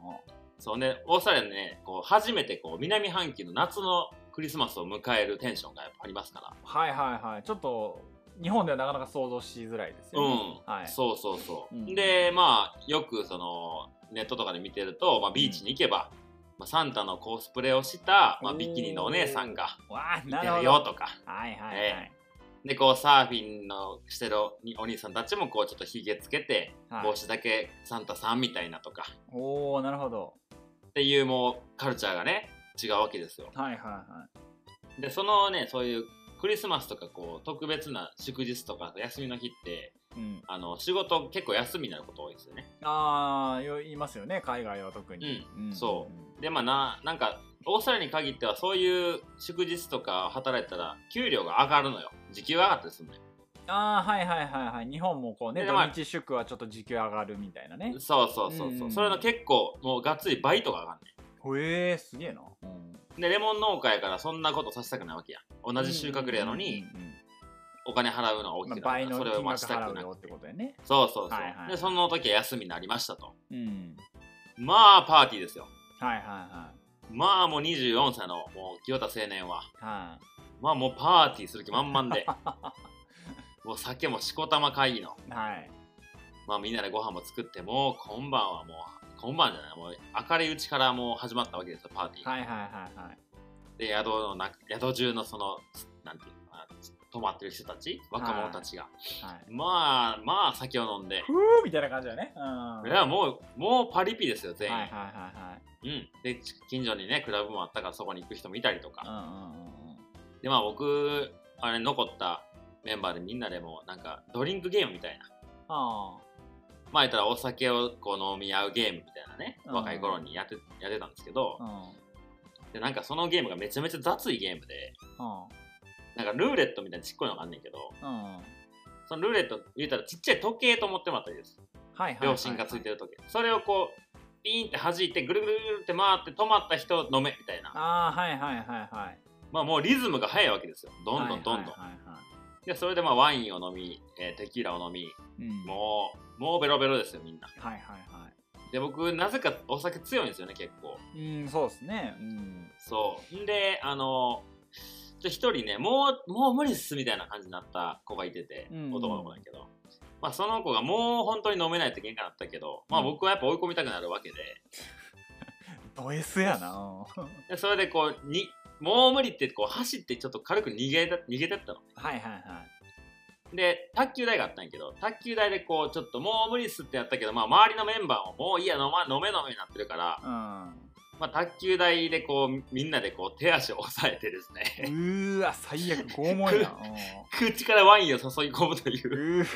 [SPEAKER 2] そうね、オーストラリアでね、こう、初めてこう、南半球の夏のクリスマスを迎えるテンションがやっぱありますから。
[SPEAKER 1] はいはいはいちょっと日本ではなかなか想像しづらいですよね、
[SPEAKER 2] うん、
[SPEAKER 1] はい
[SPEAKER 2] そうそうそう、
[SPEAKER 1] うん
[SPEAKER 2] でまあよくそのネットとかで見てると、まあ、ビーチに行けば、まあ、サンタのコスプレをした、まあ、
[SPEAKER 1] おー
[SPEAKER 2] ビキニのお姉さんが
[SPEAKER 1] わあ
[SPEAKER 2] い
[SPEAKER 1] な
[SPEAKER 2] て
[SPEAKER 1] るほ
[SPEAKER 2] る
[SPEAKER 1] ど
[SPEAKER 2] よとか
[SPEAKER 1] はいはいはい、
[SPEAKER 2] えでこうサーフィンのしてるお兄さんたちもこうちょっとひげつけて
[SPEAKER 1] はい
[SPEAKER 2] 帽子だけサンタさんみたいなとか
[SPEAKER 1] おおなるほど
[SPEAKER 2] っていうもうカルチャーがね違うわけですよ
[SPEAKER 1] はいはいは
[SPEAKER 2] でそのねそういうクリスマスとかこう特別な祝日とか休みの日って
[SPEAKER 1] い、うん、
[SPEAKER 2] あの仕事結構休みになること多いですよね
[SPEAKER 1] ああよ言いますよね海外は特に、
[SPEAKER 2] うんそでまあななんかオーストラリアに限ってはそういう祝日とか働いたら給料が上がるのよ時給が上がったりするのよ
[SPEAKER 1] ああはいはいはいはい日本もこうね
[SPEAKER 2] で
[SPEAKER 1] 土
[SPEAKER 2] まあ
[SPEAKER 1] 日祝はちょっと時給上がるみたいなね
[SPEAKER 2] そうそうそう
[SPEAKER 1] うん
[SPEAKER 2] そううんそれの結構もうがっつり倍とか上がんね
[SPEAKER 1] へえすげえな、うん
[SPEAKER 2] んでレモン農家やからそんなことさせたくないわけや同じ収穫量やのに
[SPEAKER 1] うんうんうん
[SPEAKER 2] お金払うのは大き
[SPEAKER 1] まあ
[SPEAKER 2] くな
[SPEAKER 1] 倍
[SPEAKER 2] る
[SPEAKER 1] の
[SPEAKER 2] からそれ
[SPEAKER 1] 金
[SPEAKER 2] をまあ
[SPEAKER 1] 額
[SPEAKER 2] した
[SPEAKER 1] 払
[SPEAKER 2] く
[SPEAKER 1] う
[SPEAKER 2] ない
[SPEAKER 1] よってことやね
[SPEAKER 2] そうそうそう、
[SPEAKER 1] はいはい
[SPEAKER 2] でその時は休みになりましたと
[SPEAKER 1] うん
[SPEAKER 2] まあパーティーですよ
[SPEAKER 1] はいはいは
[SPEAKER 2] まあもう24歳のもう清田青年はい
[SPEAKER 1] はい
[SPEAKER 2] まあもうパーティーする気満 々でもう酒もしこたま会議の
[SPEAKER 1] はい
[SPEAKER 2] まあ、みんなでご飯も作ってもう今晩はもう今晩じゃないもう明るいうちからもう始まったわけですよパーティー、
[SPEAKER 1] はいはいはいはい
[SPEAKER 2] で宿のな宿中のそのなんていうのかな泊まってる人たち若者たちが、
[SPEAKER 1] はい
[SPEAKER 2] まあまあ酒を飲 んで
[SPEAKER 1] ふーみたいな感じだねうん
[SPEAKER 2] いやもうもうパリピですよ全員、
[SPEAKER 1] はいはいはいはい
[SPEAKER 2] うん、でち近所にねクラブもあったからそこに行く人もいたりと
[SPEAKER 1] う
[SPEAKER 2] か、
[SPEAKER 1] んうんうんうん
[SPEAKER 2] でまあ僕あれ残ったメンバーでみんなでもうなんかドリンクゲームみたいな
[SPEAKER 1] あ
[SPEAKER 2] まあ言ったらお酒をこう飲み合うゲームみたいなね
[SPEAKER 1] うん
[SPEAKER 2] 若い頃にやってやってたんですけど、
[SPEAKER 1] あうん
[SPEAKER 2] でなんかそのゲームがめちゃめちゃ雑いゲームで
[SPEAKER 1] うん
[SPEAKER 2] なんかルーレットみたいなちっこいのがあんねんけど
[SPEAKER 1] うん
[SPEAKER 2] そのルーレット言うたらちっちゃい時計と思ってもらったらいいです
[SPEAKER 1] はいはい
[SPEAKER 2] 秒針がついてる時計それをこうピーンって弾いてぐるぐるぐるって回って止まった人飲めみたいな
[SPEAKER 1] ああはいはいはいはい
[SPEAKER 2] まあもうリズムが速いわけですよどんどんどんどん、
[SPEAKER 1] はいはいはいは
[SPEAKER 2] でそれでまあワインを飲み、えーテキーラを飲み
[SPEAKER 1] いうん
[SPEAKER 2] もうもうベロベロですよみんな
[SPEAKER 1] はいはいは
[SPEAKER 2] で僕なぜかお酒強いんですよね結構
[SPEAKER 1] いうんそうですねうん
[SPEAKER 2] そうんであのちょ一人ねもうもう無理っすみたいな感じになった子がいてて、
[SPEAKER 1] うん
[SPEAKER 2] 男の子だけど、まあ、その子がもう本当に飲めないと喧嘩になったけど、まあ、僕はやっぱ追い込みたくなるわけで
[SPEAKER 1] ド S やなうん
[SPEAKER 2] でそれでこうにもう無理ってこう走ってちょっと軽く逃げた逃げてったの
[SPEAKER 1] はいはいはい
[SPEAKER 2] で卓球台があったんやけど卓球台でこうちょっともう無理っすってやったけど、まあ、周りのメンバーももういいや飲,、ま、飲め飲めになってるから、
[SPEAKER 1] うん
[SPEAKER 2] まあ、卓球台でこうみんなでこう手足を押さえてです
[SPEAKER 1] う
[SPEAKER 2] ね
[SPEAKER 1] ーわ最悪拷問や
[SPEAKER 2] 口からワインを注ぎ込むといううん
[SPEAKER 1] うー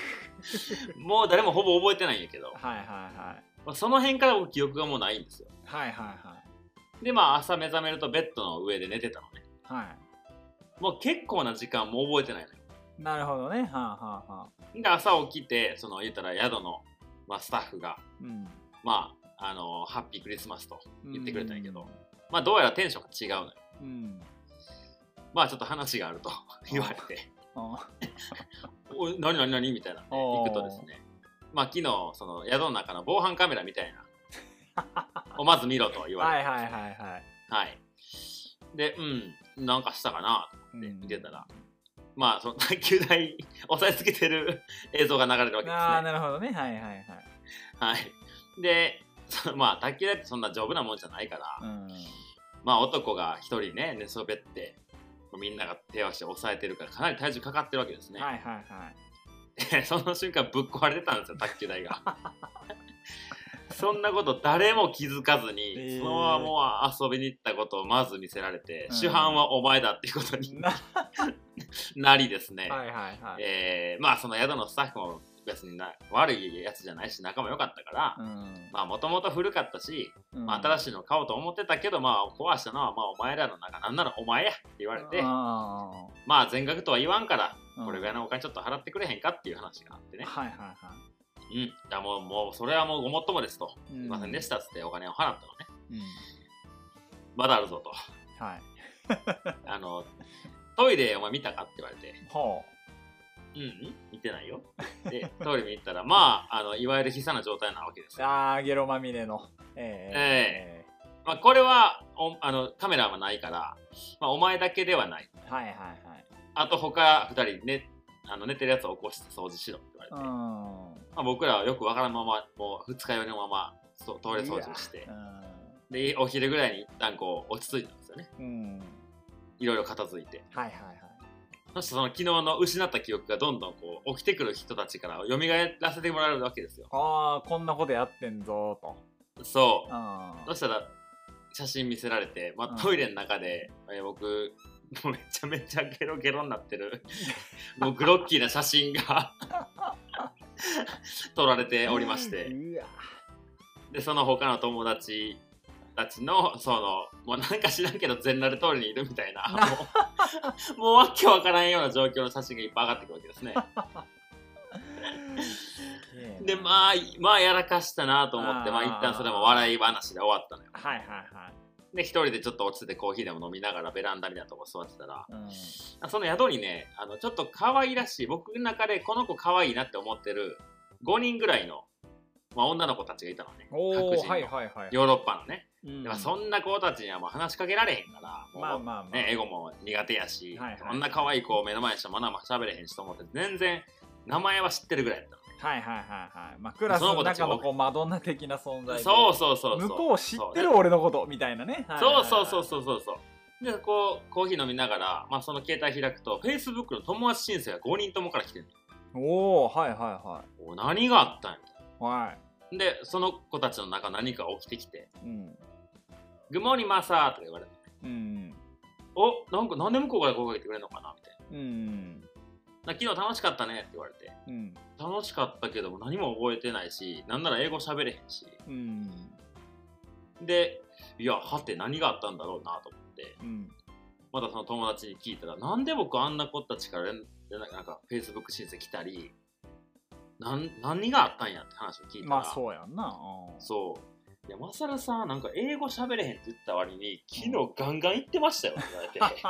[SPEAKER 2] もう誰もほぼ覚えてないんやけ
[SPEAKER 1] は
[SPEAKER 2] ど、
[SPEAKER 1] いはいはい
[SPEAKER 2] まあその辺から僕記憶がもうないんですよ。
[SPEAKER 1] はいはいはい
[SPEAKER 2] で、まあ朝目覚めるとベッドの上で寝てたのね。
[SPEAKER 1] は
[SPEAKER 2] もう結構な時間もう覚えてないのよ。
[SPEAKER 1] いなるほどねはあはあはあ
[SPEAKER 2] で、朝起きて、その言ったら宿の、まあ、スタッフが、
[SPEAKER 1] うん
[SPEAKER 2] まあ、あのハッピークリスマスと、言ってくれたんやけど
[SPEAKER 1] うん
[SPEAKER 2] まあどうやらテンションが違うのよ。
[SPEAKER 1] うん
[SPEAKER 2] まあちょっと話があると言われて、
[SPEAKER 1] あ
[SPEAKER 2] おい何何何みたいなね、
[SPEAKER 1] あー
[SPEAKER 2] 行くとですね、まあ昨日、その宿の中の防犯カメラみたいな、をまず見ろと言わ
[SPEAKER 1] は
[SPEAKER 2] れ
[SPEAKER 1] い
[SPEAKER 2] て、
[SPEAKER 1] はいはいはい
[SPEAKER 2] はい。で、うん、なんかしたかな
[SPEAKER 1] うん
[SPEAKER 2] で見てたらまあその 卓球台押さえつけてる映像が流れるわけですね。
[SPEAKER 1] ああなるほどねはいはいはい
[SPEAKER 2] はい、でそのまあ卓球台ってそんな丈夫なもんじゃないから、
[SPEAKER 1] うん
[SPEAKER 2] まあ男が一人ね寝そべってみんなが手を足を押さえてるからかなり体重かかってるわけですね。
[SPEAKER 1] はいはいはい
[SPEAKER 2] で その瞬間ぶっ壊れてた んですよ卓球台が。 そんなこと誰も気づかずに、
[SPEAKER 1] えー
[SPEAKER 2] そのままもう遊びに行ったことをまず見せられて、
[SPEAKER 1] うん
[SPEAKER 2] 主犯はお前だっていうことに
[SPEAKER 1] な
[SPEAKER 2] なりです ね、
[SPEAKER 1] はいはいはい。
[SPEAKER 2] えーまあその宿のスタッフも別にな悪いやつじゃないし仲も良かったから、
[SPEAKER 1] うん
[SPEAKER 2] まあもともと古かったし、
[SPEAKER 1] うん
[SPEAKER 2] まあ、新しいの買おうと思ってたけど、まあ壊したのはまあお前らの中なんならお前やって言われて、
[SPEAKER 1] あ
[SPEAKER 2] まあ全額とは言わんから、
[SPEAKER 1] ー
[SPEAKER 2] これぐらいのお金ちょっと払ってくれへんかっていう話があってね。
[SPEAKER 1] はいはいはい。
[SPEAKER 2] うん。いやもう、もう、それはもうごもっともですと。
[SPEAKER 1] う
[SPEAKER 2] す
[SPEAKER 1] ん
[SPEAKER 2] いませんでしたっつってお金を払ったのね。
[SPEAKER 1] うん
[SPEAKER 2] まだあるぞ と。
[SPEAKER 1] はい。
[SPEAKER 2] あの、トイレお前見たかって言われて、
[SPEAKER 1] ほ
[SPEAKER 2] うん、うん、見てないよ。で、トイレ見行ったら、まあ、あの、いわゆる悲惨な状態なわけです
[SPEAKER 1] う。
[SPEAKER 2] よ。
[SPEAKER 1] ああ、ゲロまみれの。え
[SPEAKER 2] まあ、これは、おあの、カメラはないから、まあ、お前だけではない。
[SPEAKER 1] えはいはい
[SPEAKER 2] あと他二人ね、あの寝てるやつを起こして掃除しろって言われて、ま
[SPEAKER 1] は
[SPEAKER 2] あ、僕らはよくわからんまま、もう二日酔いのまま、そトイレ掃除をし
[SPEAKER 1] い。
[SPEAKER 2] て
[SPEAKER 1] う、
[SPEAKER 2] で、お昼ぐらいに一旦こう、落ち着いたんですよね。
[SPEAKER 1] ん。うん。うん
[SPEAKER 2] いろいろ片付いて。
[SPEAKER 1] はいはいはい。
[SPEAKER 2] そしてその昨日の失った記憶がどんどんこう起きてくる人たちから蘇らせてもらえるわけですよ。
[SPEAKER 1] ああ、こんなことやってんぞと。
[SPEAKER 2] そうう。
[SPEAKER 1] ん
[SPEAKER 2] そしたら写真見せられて、ま
[SPEAKER 1] うん
[SPEAKER 2] あ、トイレの中で、えー僕もうめちゃめちゃゲロゲロになってるもうグロッキーな写真 が撮られておりまして
[SPEAKER 1] うわ
[SPEAKER 2] でその他の友達たちのそのもうなんか知らんけど全裸でトイレにいるみたいなもうもうわけわからんような状況の写真がいっぱい上がってくるわけ ですね。
[SPEAKER 1] すげえな
[SPEAKER 2] でまあまあやらかしたなと思って
[SPEAKER 1] あー
[SPEAKER 2] まあ一旦それも笑い話で終わったのよ
[SPEAKER 1] はいはいはい。
[SPEAKER 2] で一人でちょっと落ちててコーヒーでも飲みながらベランダみたいなとこ座ってたら
[SPEAKER 1] うん
[SPEAKER 2] その宿にねあのちょっと可愛らしい僕の中でこの子可愛いなって思ってる5人ぐらいの、まあ、女の子たちがいたのね
[SPEAKER 1] おお
[SPEAKER 2] 白人の
[SPEAKER 1] はいはいはい。
[SPEAKER 2] ヨーロッパのね、
[SPEAKER 1] うん
[SPEAKER 2] でまあそんな子たちにはもう話しかけられへんからもう、
[SPEAKER 1] まあまあまあ。
[SPEAKER 2] ね、英語も苦手やし、
[SPEAKER 1] はいはい
[SPEAKER 2] こんな可愛い子を目の前にしてまだまだ喋れへんしと思って全然名前は知ってるぐらいだったの
[SPEAKER 1] はいはいはいはい。まあ、クラス
[SPEAKER 2] その
[SPEAKER 1] の
[SPEAKER 2] 子たち
[SPEAKER 1] 中
[SPEAKER 2] が
[SPEAKER 1] のこうマドンナ的な存在で。
[SPEAKER 2] そうそうそうそう
[SPEAKER 1] 向こう知って
[SPEAKER 2] そう
[SPEAKER 1] る俺のことみたいなね。はいはい
[SPEAKER 2] そ
[SPEAKER 1] は
[SPEAKER 2] う
[SPEAKER 1] い
[SPEAKER 2] そうそうそうそうそう。で、こう、コーヒー飲みながら、まあ、その携帯開くと、Facebook の友達申請が5人ともから来てる
[SPEAKER 1] おおはいはいは
[SPEAKER 2] お何があったんや
[SPEAKER 1] い。は
[SPEAKER 2] で、その子たちの中何か起きてきて、
[SPEAKER 1] い。うん。
[SPEAKER 2] グモーニマーサーとか言われて、
[SPEAKER 1] うん。
[SPEAKER 2] おなんか、なんで向こうから声かけてくれるのかなみたいな。
[SPEAKER 1] うん。
[SPEAKER 2] な昨日楽しかったねって言われて、
[SPEAKER 1] うん。
[SPEAKER 2] 楽しかったけども何も覚えてないし、なんなら英語喋れへんし。
[SPEAKER 1] うん。
[SPEAKER 2] で、いや、はて何があったんだろうなと思って、
[SPEAKER 1] うん。
[SPEAKER 2] またその友達に聞いたら、なんで僕あんな子たちから連連絡なんか Facebook 申請来たり、なん何があったんやって話を聞いたら、
[SPEAKER 1] まあそうやんな。うん
[SPEAKER 2] そう。いや、マサルさん、なんか英語喋れへんって言った割に、昨日ガンガン言ってましたよって 言われて、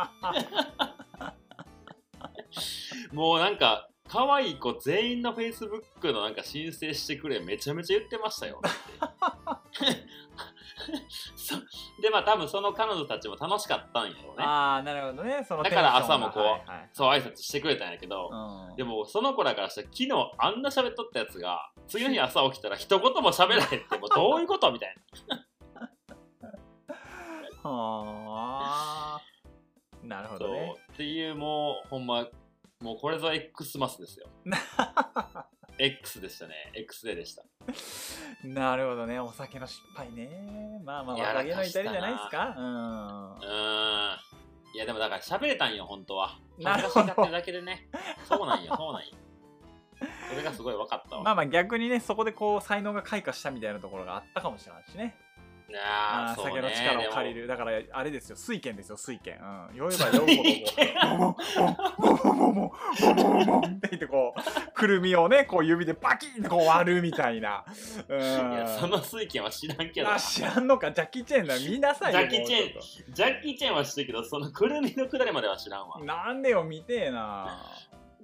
[SPEAKER 2] もうなんか、可愛い子全員の Facebook のなんか申請してくれ、めちゃめちゃ言ってましたよって。 そで、まあ多分その彼女たちも楽しかったんやろうね。
[SPEAKER 1] ああ、なるほどね。その
[SPEAKER 2] だから朝もこ
[SPEAKER 1] テ
[SPEAKER 2] う
[SPEAKER 1] ンションがはいはい
[SPEAKER 2] そう挨拶してくれたんやけど、
[SPEAKER 1] うん
[SPEAKER 2] でもその子らからしたら昨日あんな喋っとったやつが次の日朝起きたら一言も喋らへんって もうどういうことみたい
[SPEAKER 1] はあ。なる
[SPEAKER 2] な
[SPEAKER 1] ほ
[SPEAKER 2] そ
[SPEAKER 1] どね。
[SPEAKER 2] うっていうもうほんまもうこれぞ X マスで すよ X でしたね X デーでした
[SPEAKER 1] なるほどね。お酒の失敗ね。まあまあ、若気の至りじゃないですか。
[SPEAKER 2] うーんいやでもだから喋れたんよ本当は
[SPEAKER 1] な
[SPEAKER 2] 恥
[SPEAKER 1] る
[SPEAKER 2] ず
[SPEAKER 1] ほ
[SPEAKER 2] か
[SPEAKER 1] ど
[SPEAKER 2] しがってるだけでねそうなんよそうなんよそれがすごい分かった
[SPEAKER 1] うん。
[SPEAKER 2] わ、
[SPEAKER 1] まあまあ、逆にね、そこでこう、才能が開花したみたいなところがあったかもしれないしね。あ
[SPEAKER 2] ああ
[SPEAKER 1] ー
[SPEAKER 2] そう
[SPEAKER 1] 酒
[SPEAKER 2] ね
[SPEAKER 1] の力を借りる。だから、あれですよ、水拳ですよ、水拳。うん。酔えば酔うほど、もう、もう、もう、もう、もう、もう、もう、もう、もう、って言って、こう、くるみをね、こう、指でバキンとこう割るみたいな。うん。い
[SPEAKER 2] いやその水拳は知らんけどな
[SPEAKER 1] あ、知らんのか、ジャッキー・チェーンだ、見なさいよ。
[SPEAKER 2] ジャッキーチェーン
[SPEAKER 1] もうちょっと
[SPEAKER 2] ジャッキー・チェーンは知ってるけど、そのくるみのくだりまでは知らんわ。
[SPEAKER 1] なんでよ、見てえな。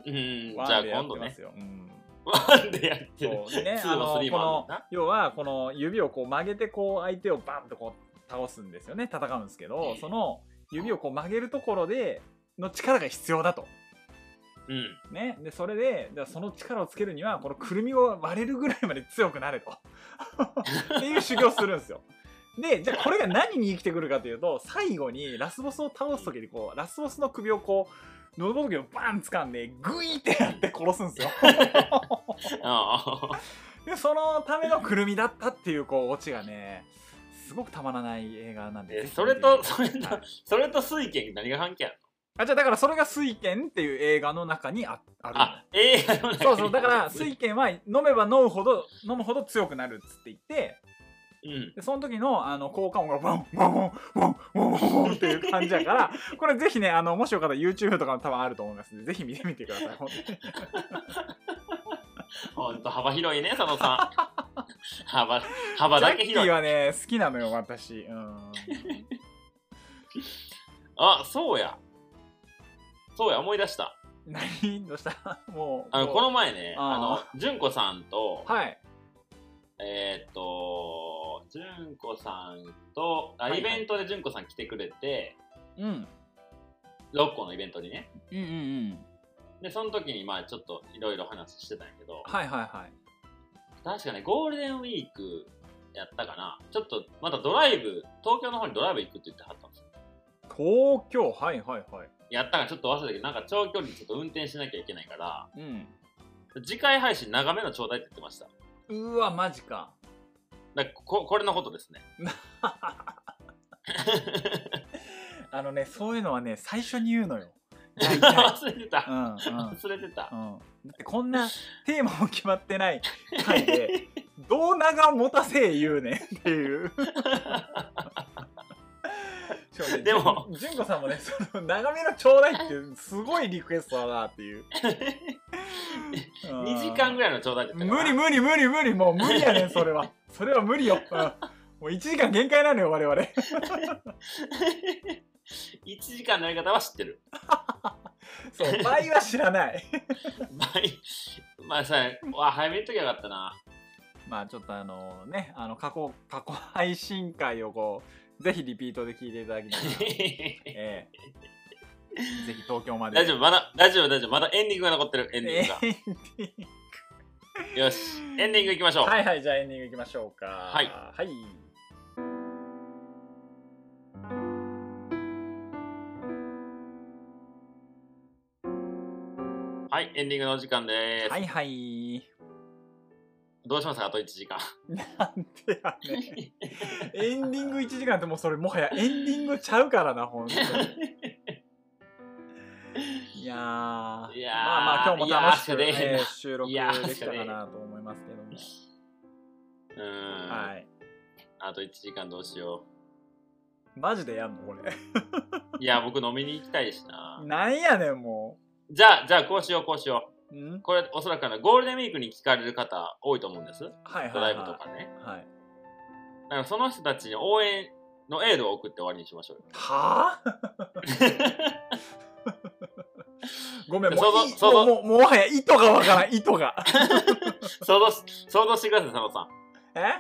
[SPEAKER 2] うん、じゃ
[SPEAKER 1] ワ
[SPEAKER 2] あ
[SPEAKER 1] ンでやって
[SPEAKER 2] 今度
[SPEAKER 1] ま
[SPEAKER 2] ね
[SPEAKER 1] す。よ。うん
[SPEAKER 2] ワンでやってる。 、
[SPEAKER 1] そうでね
[SPEAKER 2] ツ
[SPEAKER 1] あ
[SPEAKER 2] ーも
[SPEAKER 1] の
[SPEAKER 2] スリー
[SPEAKER 1] こ
[SPEAKER 2] も
[SPEAKER 1] の
[SPEAKER 2] あ
[SPEAKER 1] 要はこの指をこう曲げてこう相手をバンとこう倒すんですよね戦うんですけど、
[SPEAKER 2] うん
[SPEAKER 1] その指をこう曲げるところでの力が必要だと。
[SPEAKER 2] るんだ。
[SPEAKER 1] ね、でそれでだからその力をつけるにはこのくるみを割れるぐらいまで強くなれとっていう修行をするんですよ。でじゃあこれが何に生きてくるかというと最後にラスボスを倒す時にこうラスボスの首をこう喉仏をバン掴んでグイってやって殺すんです よ。
[SPEAKER 2] うん。あ
[SPEAKER 1] でそのためのくるみだったっていうこうオチがねすごくたまらない映画なんで
[SPEAKER 2] え
[SPEAKER 1] ぜひ
[SPEAKER 2] それと
[SPEAKER 1] 見てみてください
[SPEAKER 2] それと水拳何が関係ある
[SPEAKER 1] あじゃあだからそれが「水拳」っていう映画の中にあある
[SPEAKER 2] あ、映画の中に
[SPEAKER 1] そうそうだから水拳は飲めば飲むほど飲むほど強くなるっつって言って
[SPEAKER 2] うん。
[SPEAKER 1] でその時のあの効果音がワンワンワンワンワンワンワンっていう感じやから これぜひねあのもしよかったら YouTube とかも多分あると思いますんでぜひ見てみてくだ さい本当に
[SPEAKER 2] ほんと幅広いね、佐 野さん。幅、幅
[SPEAKER 1] ジャ
[SPEAKER 2] だ
[SPEAKER 1] ッ
[SPEAKER 2] け
[SPEAKER 1] キ
[SPEAKER 2] 広
[SPEAKER 1] ー
[SPEAKER 2] い。
[SPEAKER 1] はね好きなのよ私うん
[SPEAKER 2] あ、そうや。そうや、思い出した。
[SPEAKER 1] 何どうした もう
[SPEAKER 2] あの、この前ね、あ
[SPEAKER 1] あ
[SPEAKER 2] の、純子さんと、
[SPEAKER 1] はい
[SPEAKER 2] えーっと、純子さんと、あ、
[SPEAKER 1] はいはい
[SPEAKER 2] イベントで純子さん来てくれて、
[SPEAKER 1] うん
[SPEAKER 2] 六個のイベントにね。
[SPEAKER 1] うんうんうん
[SPEAKER 2] で、その時に、まあ、ちょっといろいろ話してたんやけど、
[SPEAKER 1] はいはいはい
[SPEAKER 2] 確かね、ゴールデンウィークやったかな。ちょっと、またドライブ、東京の方にドライブ行くって言ってはったんですよ。
[SPEAKER 1] 東京はいはいはい
[SPEAKER 2] やったかちょっと忘れたけど、なんか長距離ちょっと運転しなきゃいけないから、
[SPEAKER 1] うん
[SPEAKER 2] 次回配信長めのちょうだいって言ってました。
[SPEAKER 1] うわマジか
[SPEAKER 2] だここれのことですね。
[SPEAKER 1] あのねそういうのはね最初に言うのよ大 体
[SPEAKER 2] 忘れて
[SPEAKER 1] う
[SPEAKER 2] た。
[SPEAKER 1] んうん
[SPEAKER 2] 忘れてた。
[SPEAKER 1] うんだってこんなテーマも決まって ない回でどう長を持たせえ言うねんっていうしかね
[SPEAKER 2] でも
[SPEAKER 1] 純純子さんもねその長めのちょうだいっていうすごいリクエストだなっていう
[SPEAKER 2] 2時間ぐ
[SPEAKER 1] らい
[SPEAKER 2] らいのちょうだいって言って
[SPEAKER 1] 無理無理無理無理もう無理やねんそれはそれは無理よ、うんもう1時間限界なのよ我々
[SPEAKER 2] 理 !1 時間のやり方は知ってる。
[SPEAKER 1] そう倍は知らない
[SPEAKER 2] 倍まあさ、わ早めに言っときゃよかったな。
[SPEAKER 1] まあちょっとあのね、あの過去、過去配信会をこう、ぜひリピートで聞いていただきたいな。ええぜひ東京まで。
[SPEAKER 2] 大丈夫、まだ、大丈夫、大丈夫。まだエンディングが残ってる、エンディング
[SPEAKER 1] エンディング
[SPEAKER 2] が。よし、エンディングいきましょう。
[SPEAKER 1] はいはい、じゃあエンディングいきましょうか。はいはい。
[SPEAKER 2] はい、エンディングのお時間です。
[SPEAKER 1] はいはい。
[SPEAKER 2] どうしますかあと1時間。
[SPEAKER 1] なんでやねん。エンディング1時間ってもうそれもはやエンディングちゃうからな、ほんとに。いやー、まあ
[SPEAKER 2] いやー
[SPEAKER 1] まあ今日も楽しく、
[SPEAKER 2] いやーせでえ
[SPEAKER 1] え
[SPEAKER 2] な
[SPEAKER 1] え収録
[SPEAKER 2] いやー
[SPEAKER 1] できたかなと思いますけども。
[SPEAKER 2] うーん、
[SPEAKER 1] はい。
[SPEAKER 2] あと1時間どうしよ
[SPEAKER 1] マジでやんのこれ。
[SPEAKER 2] う。 いや、僕飲みに行きたいしな。
[SPEAKER 1] なんやねんも
[SPEAKER 2] じゃあ、じゃあ、こうしよう、こうしよ
[SPEAKER 1] う。ん
[SPEAKER 2] う。これ、おそらくあの、ゴールデンウィークに聞かれる方、多いと思うんです。
[SPEAKER 1] はい
[SPEAKER 2] ド
[SPEAKER 1] は
[SPEAKER 2] ラ
[SPEAKER 1] い
[SPEAKER 2] イブと
[SPEAKER 1] は
[SPEAKER 2] かね。
[SPEAKER 1] い。はい、
[SPEAKER 2] だから、その人たちに応援のエールを送って終わりにしましょうよ。
[SPEAKER 1] はあごめん、も
[SPEAKER 2] 想
[SPEAKER 1] う
[SPEAKER 2] 像
[SPEAKER 1] い
[SPEAKER 2] 想像
[SPEAKER 1] もうもうもはや意図がわからん、意図が。
[SPEAKER 2] 想像し、想像してください、佐野さん。
[SPEAKER 1] え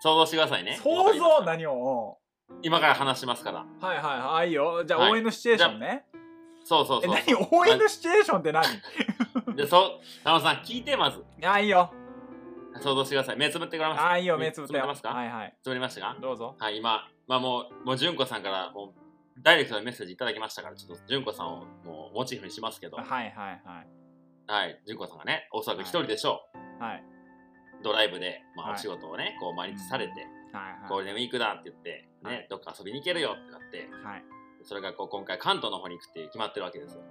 [SPEAKER 2] 想像してくださいね。
[SPEAKER 1] 想像何を
[SPEAKER 2] 今から話しますから。
[SPEAKER 1] うんはいはいはい、あいいよ。じゃ
[SPEAKER 2] は
[SPEAKER 1] あ
[SPEAKER 2] い
[SPEAKER 1] 応援のシチュエーションね。
[SPEAKER 2] そうそう
[SPEAKER 1] え、
[SPEAKER 2] そう。
[SPEAKER 1] 何応援のシチュエーションって何
[SPEAKER 2] で、そう、佐野さん、聞いて、まず。
[SPEAKER 1] あ、いいよ。
[SPEAKER 2] 想像してください。目つぶってくれます。
[SPEAKER 1] あ、いいよ、目つぶって
[SPEAKER 2] 目つぶってますか
[SPEAKER 1] はいはい。
[SPEAKER 2] つぶりましたか
[SPEAKER 1] どうぞ。
[SPEAKER 2] はい、今、まあもう、もう、純子さんから、もう、ダイレクトなメッセージいただきましたから、ちょっと、純子さんを、もう、モチーフにしますけど、
[SPEAKER 1] はい
[SPEAKER 2] は
[SPEAKER 1] はいはい。
[SPEAKER 2] い、純子さんがね、おそらく一人でしょう、
[SPEAKER 1] はい
[SPEAKER 2] ドライブで、ま
[SPEAKER 1] は
[SPEAKER 2] あ、
[SPEAKER 1] い
[SPEAKER 2] お仕事をね、こう、毎日されて、
[SPEAKER 1] はい
[SPEAKER 2] ゴー
[SPEAKER 1] はい。
[SPEAKER 2] ルデンウィークだって言って、ね、
[SPEAKER 1] はい
[SPEAKER 2] どっか遊びに行けるよってなって、
[SPEAKER 1] はい、
[SPEAKER 2] それが、こう、今回、関東の方に行くっていう決まってるわけですよ。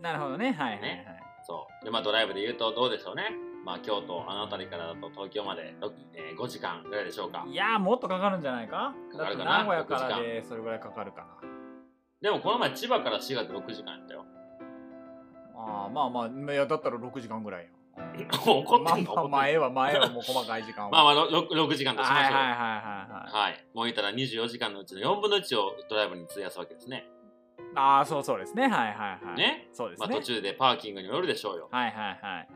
[SPEAKER 1] なるほどね。はいはいはい
[SPEAKER 2] ね。そう。で、まあ、ドライブで言うと、どうでしょうね。まあ、京都、あの辺りからだと、東京まで、ろくえー5時間ぐらいでしょうか。
[SPEAKER 1] いやー、もっとかかるんじゃないか
[SPEAKER 2] か
[SPEAKER 1] だ
[SPEAKER 2] か
[SPEAKER 1] っ
[SPEAKER 2] る
[SPEAKER 1] て
[SPEAKER 2] かな
[SPEAKER 1] 名古屋から
[SPEAKER 2] 6
[SPEAKER 1] でそれぐらいかかるかな。
[SPEAKER 2] でも、この前、千葉から滋賀で6時間やったよ。
[SPEAKER 1] ああまあまあいやだったら6時間ぐらいよ。
[SPEAKER 2] 怒ってん
[SPEAKER 1] まあ、
[SPEAKER 2] の怒ってんの
[SPEAKER 1] 前は前はもう細かい時間は。
[SPEAKER 2] まあまあ、ろろ 6, 時間としま
[SPEAKER 1] はい
[SPEAKER 2] し
[SPEAKER 1] は
[SPEAKER 2] ょ。
[SPEAKER 1] いうは
[SPEAKER 2] はいい
[SPEAKER 1] はいは
[SPEAKER 2] もう言ったら24時間のうちの4分の1をドライブに費やすわけですね。
[SPEAKER 1] い。ああそうそうですねはいはいはい。
[SPEAKER 2] ね。
[SPEAKER 1] そうです
[SPEAKER 2] ま
[SPEAKER 1] ね。
[SPEAKER 2] あ途中でパーキングにもよるでしょうよ。
[SPEAKER 1] はいはいはい。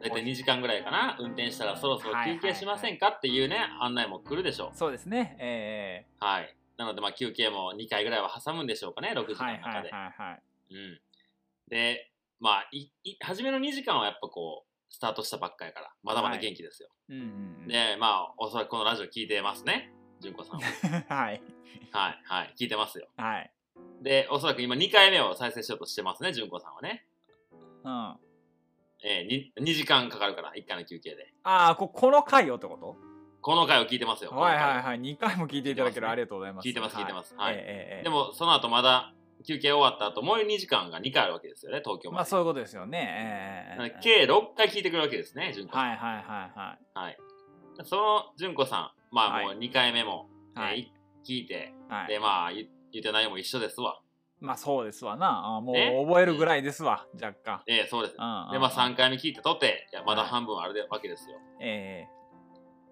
[SPEAKER 2] 大体2時間ぐらいかな。運転したらそろそろ休憩しませんかっていうね、案内も来るでしょ
[SPEAKER 1] そうですね。え
[SPEAKER 2] う。はい。なのでまあ休憩も2回ぐらいは挟むんでしょうかね、6
[SPEAKER 1] え
[SPEAKER 2] 時
[SPEAKER 1] は
[SPEAKER 2] 間
[SPEAKER 1] い
[SPEAKER 2] の
[SPEAKER 1] はいは
[SPEAKER 2] 中
[SPEAKER 1] い
[SPEAKER 2] で。
[SPEAKER 1] はい。
[SPEAKER 2] うん。で、まあいい、初めの2時間はやっぱこう、スタートしたばっかやから、まだまだ元気ですよ。
[SPEAKER 1] うんうんうん。
[SPEAKER 2] で、まあ、おそらくこのラジオ聞いてますね。純子さんは。
[SPEAKER 1] はい
[SPEAKER 2] はい、はい、聞いてますよ。
[SPEAKER 1] はい。
[SPEAKER 2] で、おそらく今2回目を再生しようとしてますね、純子さんはね。
[SPEAKER 1] うん。あ
[SPEAKER 2] えー、2, 時間かかるから、1回の休憩で。
[SPEAKER 1] あここの回をってこと？
[SPEAKER 2] この回を聞いてますよ。
[SPEAKER 1] はいはい
[SPEAKER 2] い。
[SPEAKER 1] はい。二回も聞いていただける
[SPEAKER 2] 聞いてますね
[SPEAKER 1] ありがとうございます。
[SPEAKER 2] 聞いてます聞いてますはい
[SPEAKER 1] ええええええ
[SPEAKER 2] でも、その後まだ休憩終わった後、もう2時間が2回あるわけですよね、東京まで。
[SPEAKER 1] まあそういうことですよね。え
[SPEAKER 2] なの
[SPEAKER 1] ー
[SPEAKER 2] で計6回聞いてくるわけですね、純子さん。
[SPEAKER 1] はいはいはいは
[SPEAKER 2] はい。その純子さん、まあも
[SPEAKER 1] は
[SPEAKER 2] う2回目も、
[SPEAKER 1] い。は
[SPEAKER 2] えー
[SPEAKER 1] い。
[SPEAKER 2] い聞いて、
[SPEAKER 1] はい
[SPEAKER 2] で、まあ言言って内容も一緒ですわ。
[SPEAKER 1] まあそうですわな。あも
[SPEAKER 2] ね
[SPEAKER 1] う覚えるぐらいですわ、若干。
[SPEAKER 2] ええそうです。
[SPEAKER 1] うんうん
[SPEAKER 2] で、まあ3回目聞いてとって、いやまだ
[SPEAKER 1] はい
[SPEAKER 2] 半分あるでわけですよ。
[SPEAKER 1] え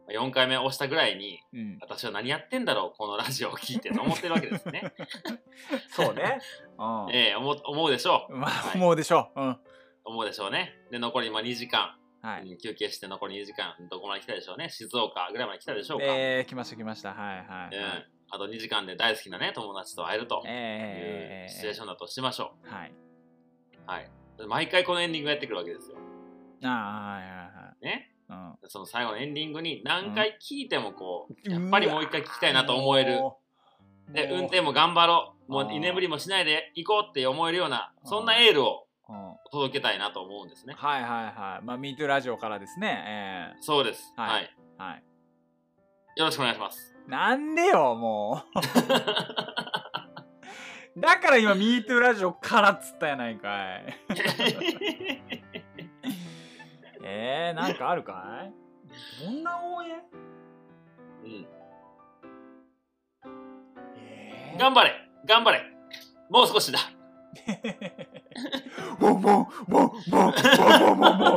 [SPEAKER 2] まあ4回目押したぐらいに、
[SPEAKER 1] えうん。
[SPEAKER 2] 私は何やってんだろう、このラジオを聞いてと思ってるわけですね。
[SPEAKER 1] そう ね。うん。
[SPEAKER 2] ええ思う思うでしょう。
[SPEAKER 1] ま
[SPEAKER 2] は
[SPEAKER 1] あ
[SPEAKER 2] い
[SPEAKER 1] もうでしょう。うん。
[SPEAKER 2] 思うでしょうね。で、残り今2時間、
[SPEAKER 1] はい。
[SPEAKER 2] 休憩して残り2時間、どこまで来たでしょうね。静岡ぐらいまで来たでしょうか。
[SPEAKER 1] ええ来ました来ました。はいはい。
[SPEAKER 2] う
[SPEAKER 1] はい
[SPEAKER 2] ん。あと2時間で大好きなね、友達と会えるという
[SPEAKER 1] え
[SPEAKER 2] シチュエー
[SPEAKER 1] え
[SPEAKER 2] ションだとしましょ
[SPEAKER 1] はい。
[SPEAKER 2] う。はい。毎回このエンディングやってくるわけですよ。
[SPEAKER 1] ああー、はいは
[SPEAKER 2] ね。
[SPEAKER 1] いはい。
[SPEAKER 2] その最後のエンディングに何回聞いてもこう、やっぱりもう一回聞きたいなと思える。
[SPEAKER 1] うん。
[SPEAKER 2] で、
[SPEAKER 1] もう
[SPEAKER 2] 運転も頑張ろう。も
[SPEAKER 1] あ
[SPEAKER 2] う
[SPEAKER 1] ー
[SPEAKER 2] 居眠りもしないで行こうって思えるような、そんなエールを
[SPEAKER 1] うんは
[SPEAKER 2] 届けたいなと思うんですね
[SPEAKER 1] い。はいはい。まあ、ミートラジオからですね。え
[SPEAKER 2] そうです。
[SPEAKER 1] はい
[SPEAKER 2] はい。
[SPEAKER 1] えはい。
[SPEAKER 2] よろしくお願い します。
[SPEAKER 1] なんでよ、もう。 だから今、ミートラジオからっつったやないかい。えー、なんかあるかいどんな応援
[SPEAKER 2] うん
[SPEAKER 1] え
[SPEAKER 2] 頑張れ頑張れもう少しだ
[SPEAKER 1] ー、もう、もう、もう、もう、もう、もう、もう、もう、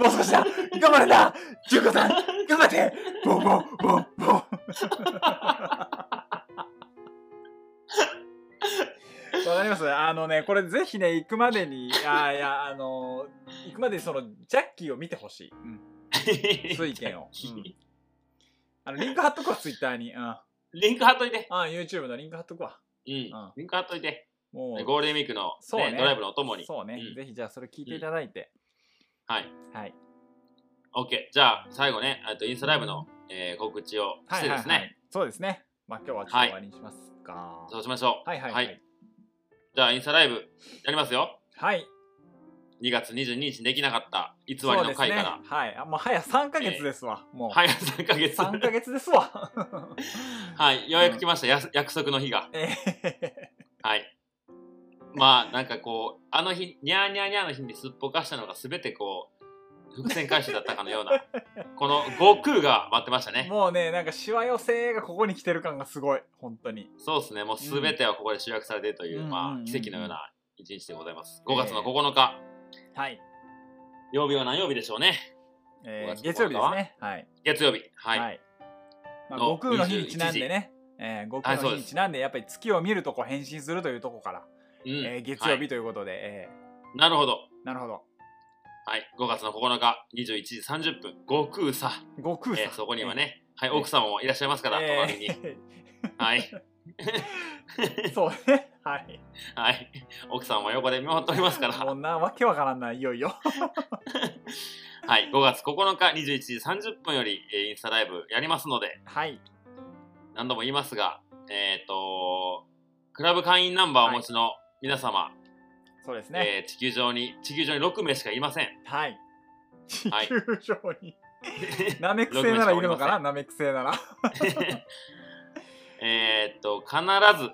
[SPEAKER 1] もう少しだ頑張れな純子さん頑張ってもう、もう、もう、もう。わかりますあのね、これぜひね、行くまでに、あーいや、あのー行くまでにその、ジャッキーを見てほしい。うん。水拳を。うんあの、リンク貼っとくわ、ツイッターに。うん。あ
[SPEAKER 2] リンク貼っといて。
[SPEAKER 1] ー、YouTube のリンク貼っとくわ。
[SPEAKER 2] うん。
[SPEAKER 1] ん
[SPEAKER 2] リンク貼っといて。
[SPEAKER 1] もう、
[SPEAKER 2] ゴールデンウィークの、
[SPEAKER 1] そうね
[SPEAKER 2] ねドライブのお供に。
[SPEAKER 1] そうね、
[SPEAKER 2] うん
[SPEAKER 1] ぜひじゃあそれ聞いていただいて、
[SPEAKER 2] はい。
[SPEAKER 1] はい。
[SPEAKER 2] OK。じゃあ、最後ね、あとインスタライブの、えー告知を
[SPEAKER 1] は
[SPEAKER 2] し
[SPEAKER 1] いはい
[SPEAKER 2] てで
[SPEAKER 1] はい
[SPEAKER 2] すね。
[SPEAKER 1] そうですね。まあ今日はちょっと
[SPEAKER 2] はい
[SPEAKER 1] 終わりにしますか。は
[SPEAKER 2] そうしましょう。
[SPEAKER 1] いはいはい。
[SPEAKER 2] じゃあ、インスタライブやりますよ。
[SPEAKER 1] はい。
[SPEAKER 2] 2月22日にできなかった偽り
[SPEAKER 1] そう
[SPEAKER 2] の
[SPEAKER 1] です
[SPEAKER 2] 回
[SPEAKER 1] ね。
[SPEAKER 2] から、
[SPEAKER 1] はい。あもう早3ヶ月ですわ。もう。
[SPEAKER 2] 早3ヶ月。
[SPEAKER 1] 3ヶ月です わ。
[SPEAKER 2] はい。ようやく来ました、やす約束の日が。
[SPEAKER 1] ええ
[SPEAKER 2] はい。まあ、なんかこう、あの日、にゃーにゃーにゃーの日にすっぽかしたのが全てこう、伏線回収だったかのような、この悟空が待ってましたね。
[SPEAKER 1] もうね、なんかしわ寄せがここに来てる感がすごい。本当に。
[SPEAKER 2] そうですね、もう全てはここで集約されているという、
[SPEAKER 1] うんうん
[SPEAKER 2] ま
[SPEAKER 1] うんうん
[SPEAKER 2] あ、奇跡のような一日でございます。5月の9日、
[SPEAKER 1] はい。
[SPEAKER 2] 曜日は何曜日でしょうね。
[SPEAKER 1] えー
[SPEAKER 2] 5
[SPEAKER 1] 月曜日ですね。はい。
[SPEAKER 2] 月曜日。はい。
[SPEAKER 1] まあ、
[SPEAKER 2] の
[SPEAKER 1] 悟空の日にちなんでね。えー、悟空
[SPEAKER 2] はい
[SPEAKER 1] の日
[SPEAKER 2] そうで
[SPEAKER 1] に
[SPEAKER 2] す
[SPEAKER 1] ちなんで、やっぱり月を見るとこう変身するというとこから、
[SPEAKER 2] うん
[SPEAKER 1] えー月曜
[SPEAKER 2] は
[SPEAKER 1] 日ということで、え
[SPEAKER 2] いなるほど。
[SPEAKER 1] ーなるほど。
[SPEAKER 2] はい、5月の9日、21時30分、悟空さ。
[SPEAKER 1] 悟空さん、
[SPEAKER 2] えーそこにはね、はい、
[SPEAKER 1] え
[SPEAKER 2] 奥様もいらっしゃいますから、
[SPEAKER 1] え
[SPEAKER 2] 隣に。
[SPEAKER 1] ー
[SPEAKER 2] はい。
[SPEAKER 1] そう ね。はい。
[SPEAKER 2] はい。奥さんも横で見守っております から。
[SPEAKER 1] もうな、わけわからんない、いよいよ。
[SPEAKER 2] はい、5月9日21時30分より、えーインスタライブやりますので、
[SPEAKER 1] はい。
[SPEAKER 2] 何度も言いますが、えっ、と、クラブ会員ナンバーをお持ちの皆様、
[SPEAKER 1] そうですね。
[SPEAKER 2] えー地球上に、地球上に6名しかいません。
[SPEAKER 1] はい。地
[SPEAKER 2] はい
[SPEAKER 1] 球上に。ナメック星ならいるのかなナメック星なら。
[SPEAKER 2] えっと、必ず、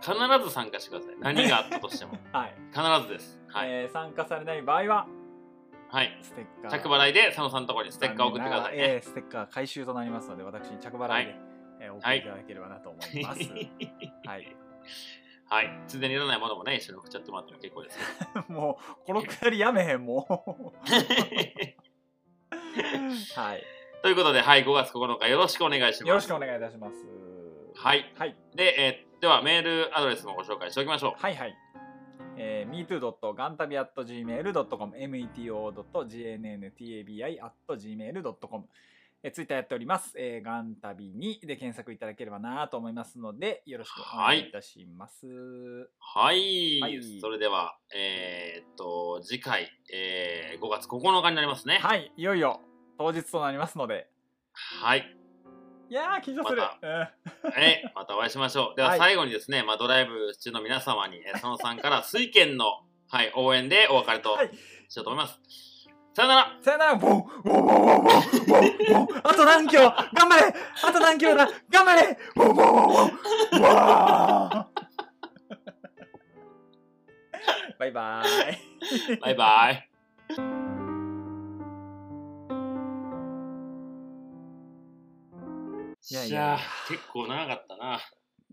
[SPEAKER 2] 必ず参加してください。何があったと しても。
[SPEAKER 1] はい。
[SPEAKER 2] 必ずです。はい。
[SPEAKER 1] えー参加されない場合は、
[SPEAKER 2] はい。
[SPEAKER 1] ステッカー。
[SPEAKER 2] 着払いで佐野さんのところにステッカーを送ってくださ
[SPEAKER 1] 残
[SPEAKER 2] い
[SPEAKER 1] 念ながらえ
[SPEAKER 2] ね。
[SPEAKER 1] ーステッカー回収となりますので、私に着払いで、えー送っていただければなと思います。 はい。
[SPEAKER 2] はい。ついでにいらないものもね、一緒に送っちゃってもらっても結構です。
[SPEAKER 1] もう、このくだりやめへん、もう。 はい。
[SPEAKER 2] ということで、はい、5月9日よろしくお願いします。
[SPEAKER 1] よろしくお願いいたします。
[SPEAKER 2] はい。
[SPEAKER 1] はい。
[SPEAKER 2] で、えーではメールアドレスもご紹介しておきましょ
[SPEAKER 1] はいはい。えー、metoo.gantabi.gmail.com、metoo.gnntabi.gmail.com、えー、ツイッターやっております。えー、ガンタビにで検索いただければなと思いますので、よろしくお願いいたします。
[SPEAKER 2] う。はい。
[SPEAKER 1] はい
[SPEAKER 2] それでは、えーっと、次回、えー5月9日になりますね。
[SPEAKER 1] はい、い、よいよ当日となりますので、
[SPEAKER 2] はい。
[SPEAKER 1] いやー、緊張する。
[SPEAKER 2] ま
[SPEAKER 1] うん
[SPEAKER 2] えーまたお会いしましょう。では
[SPEAKER 1] はい
[SPEAKER 2] 最後にですね、まあ、ドライブ中の皆様に、えー佐野さんから水拳の、はい、応援でお別れと
[SPEAKER 1] はい
[SPEAKER 2] しようと思います。さよなら
[SPEAKER 1] さよなら、ボン、ボンボンボンボンボンボン、あと何キロ、頑張れ、あと何キロだ、頑張れ、ボンボンボンボン、わー。バイバイ。
[SPEAKER 2] バイバ イ。
[SPEAKER 1] いやいや
[SPEAKER 2] しゃあ結構長かっ たな。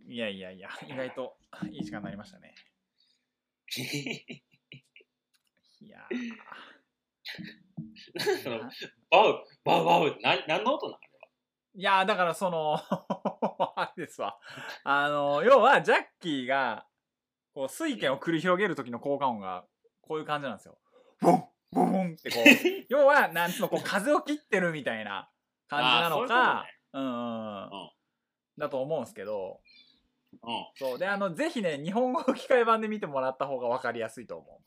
[SPEAKER 1] いやいやいや、意外といい時間になりましたね。いや
[SPEAKER 2] その
[SPEAKER 1] ー。
[SPEAKER 2] バウ、バウバウ、な何の音なの
[SPEAKER 1] いやーだからその、 あれですわ。あの、要はジャッキーが、こう、水拳を繰り広げる時の効果音が、こういう感じなんですよ。ボンボンボンってこう、 要は、なんつうの、こう、風を切ってるみたいな感じなのか、うんうんうん
[SPEAKER 2] うん
[SPEAKER 1] だと思うんですけど、
[SPEAKER 2] うん。
[SPEAKER 1] そう。で、あの、ぜひね、日本語吹き替え版で見てもらった方が分かりやすいと思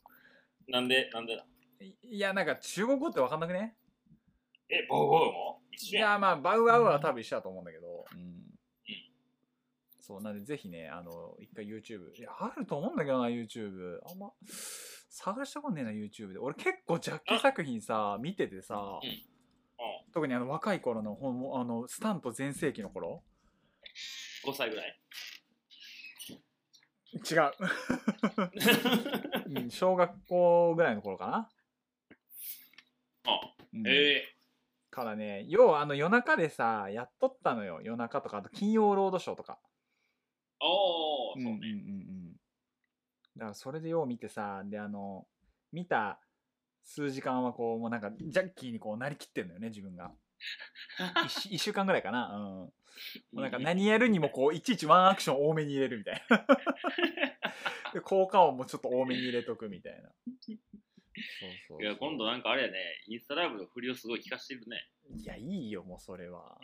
[SPEAKER 2] なんで、なんでだ
[SPEAKER 1] う。いいや、なんか中国語って分かんなくね
[SPEAKER 2] え、バウバウも
[SPEAKER 1] い
[SPEAKER 2] 一緒やん。
[SPEAKER 1] や、まあ、バウアウは多分一緒だと思うんだけど。うん。そう、なんで、ぜひね、あの、一回 YouTube。いや、あると思うんだけどな、YouTube。あんま、探したことねえな、YouTube で。俺結構ジャッキー作品さ、見ててさ、
[SPEAKER 2] うんうん
[SPEAKER 1] 特にあの、若い頃の、ほんあの、スタント全盛期の頃
[SPEAKER 2] 5歳ぐ らい。
[SPEAKER 1] 違う。うん小学校ぐらいの頃かな。
[SPEAKER 2] あ
[SPEAKER 1] うん
[SPEAKER 2] え
[SPEAKER 1] からね、要はあの夜中でさ、やっとったのよ。夜中とか、あと金曜ロードショーとか。
[SPEAKER 2] ー、おー、そう
[SPEAKER 1] うんうんうんうんだからそれでよう見てさであの見た数時間はこうもうなんかジャッキーにこうなりきってんのよね自分 が 1, 週間ぐらいかな、うん、もうなんか何やるにもこういちいちワンアクション多めに入れるみたい なで効果音もちょっと多めに入れとくみたいなそうそうそう
[SPEAKER 2] いや、今度なんかあれやね、インスタライブの振りをすごい聞かしてるね。
[SPEAKER 1] いやいいよもうそれは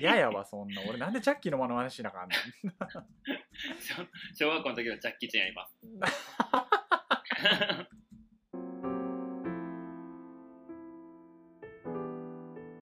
[SPEAKER 1] 嫌 やわそんな俺なんでジャッキーのものまねしなあかんねん
[SPEAKER 2] 小学校の時のジャッキーちゃんやります。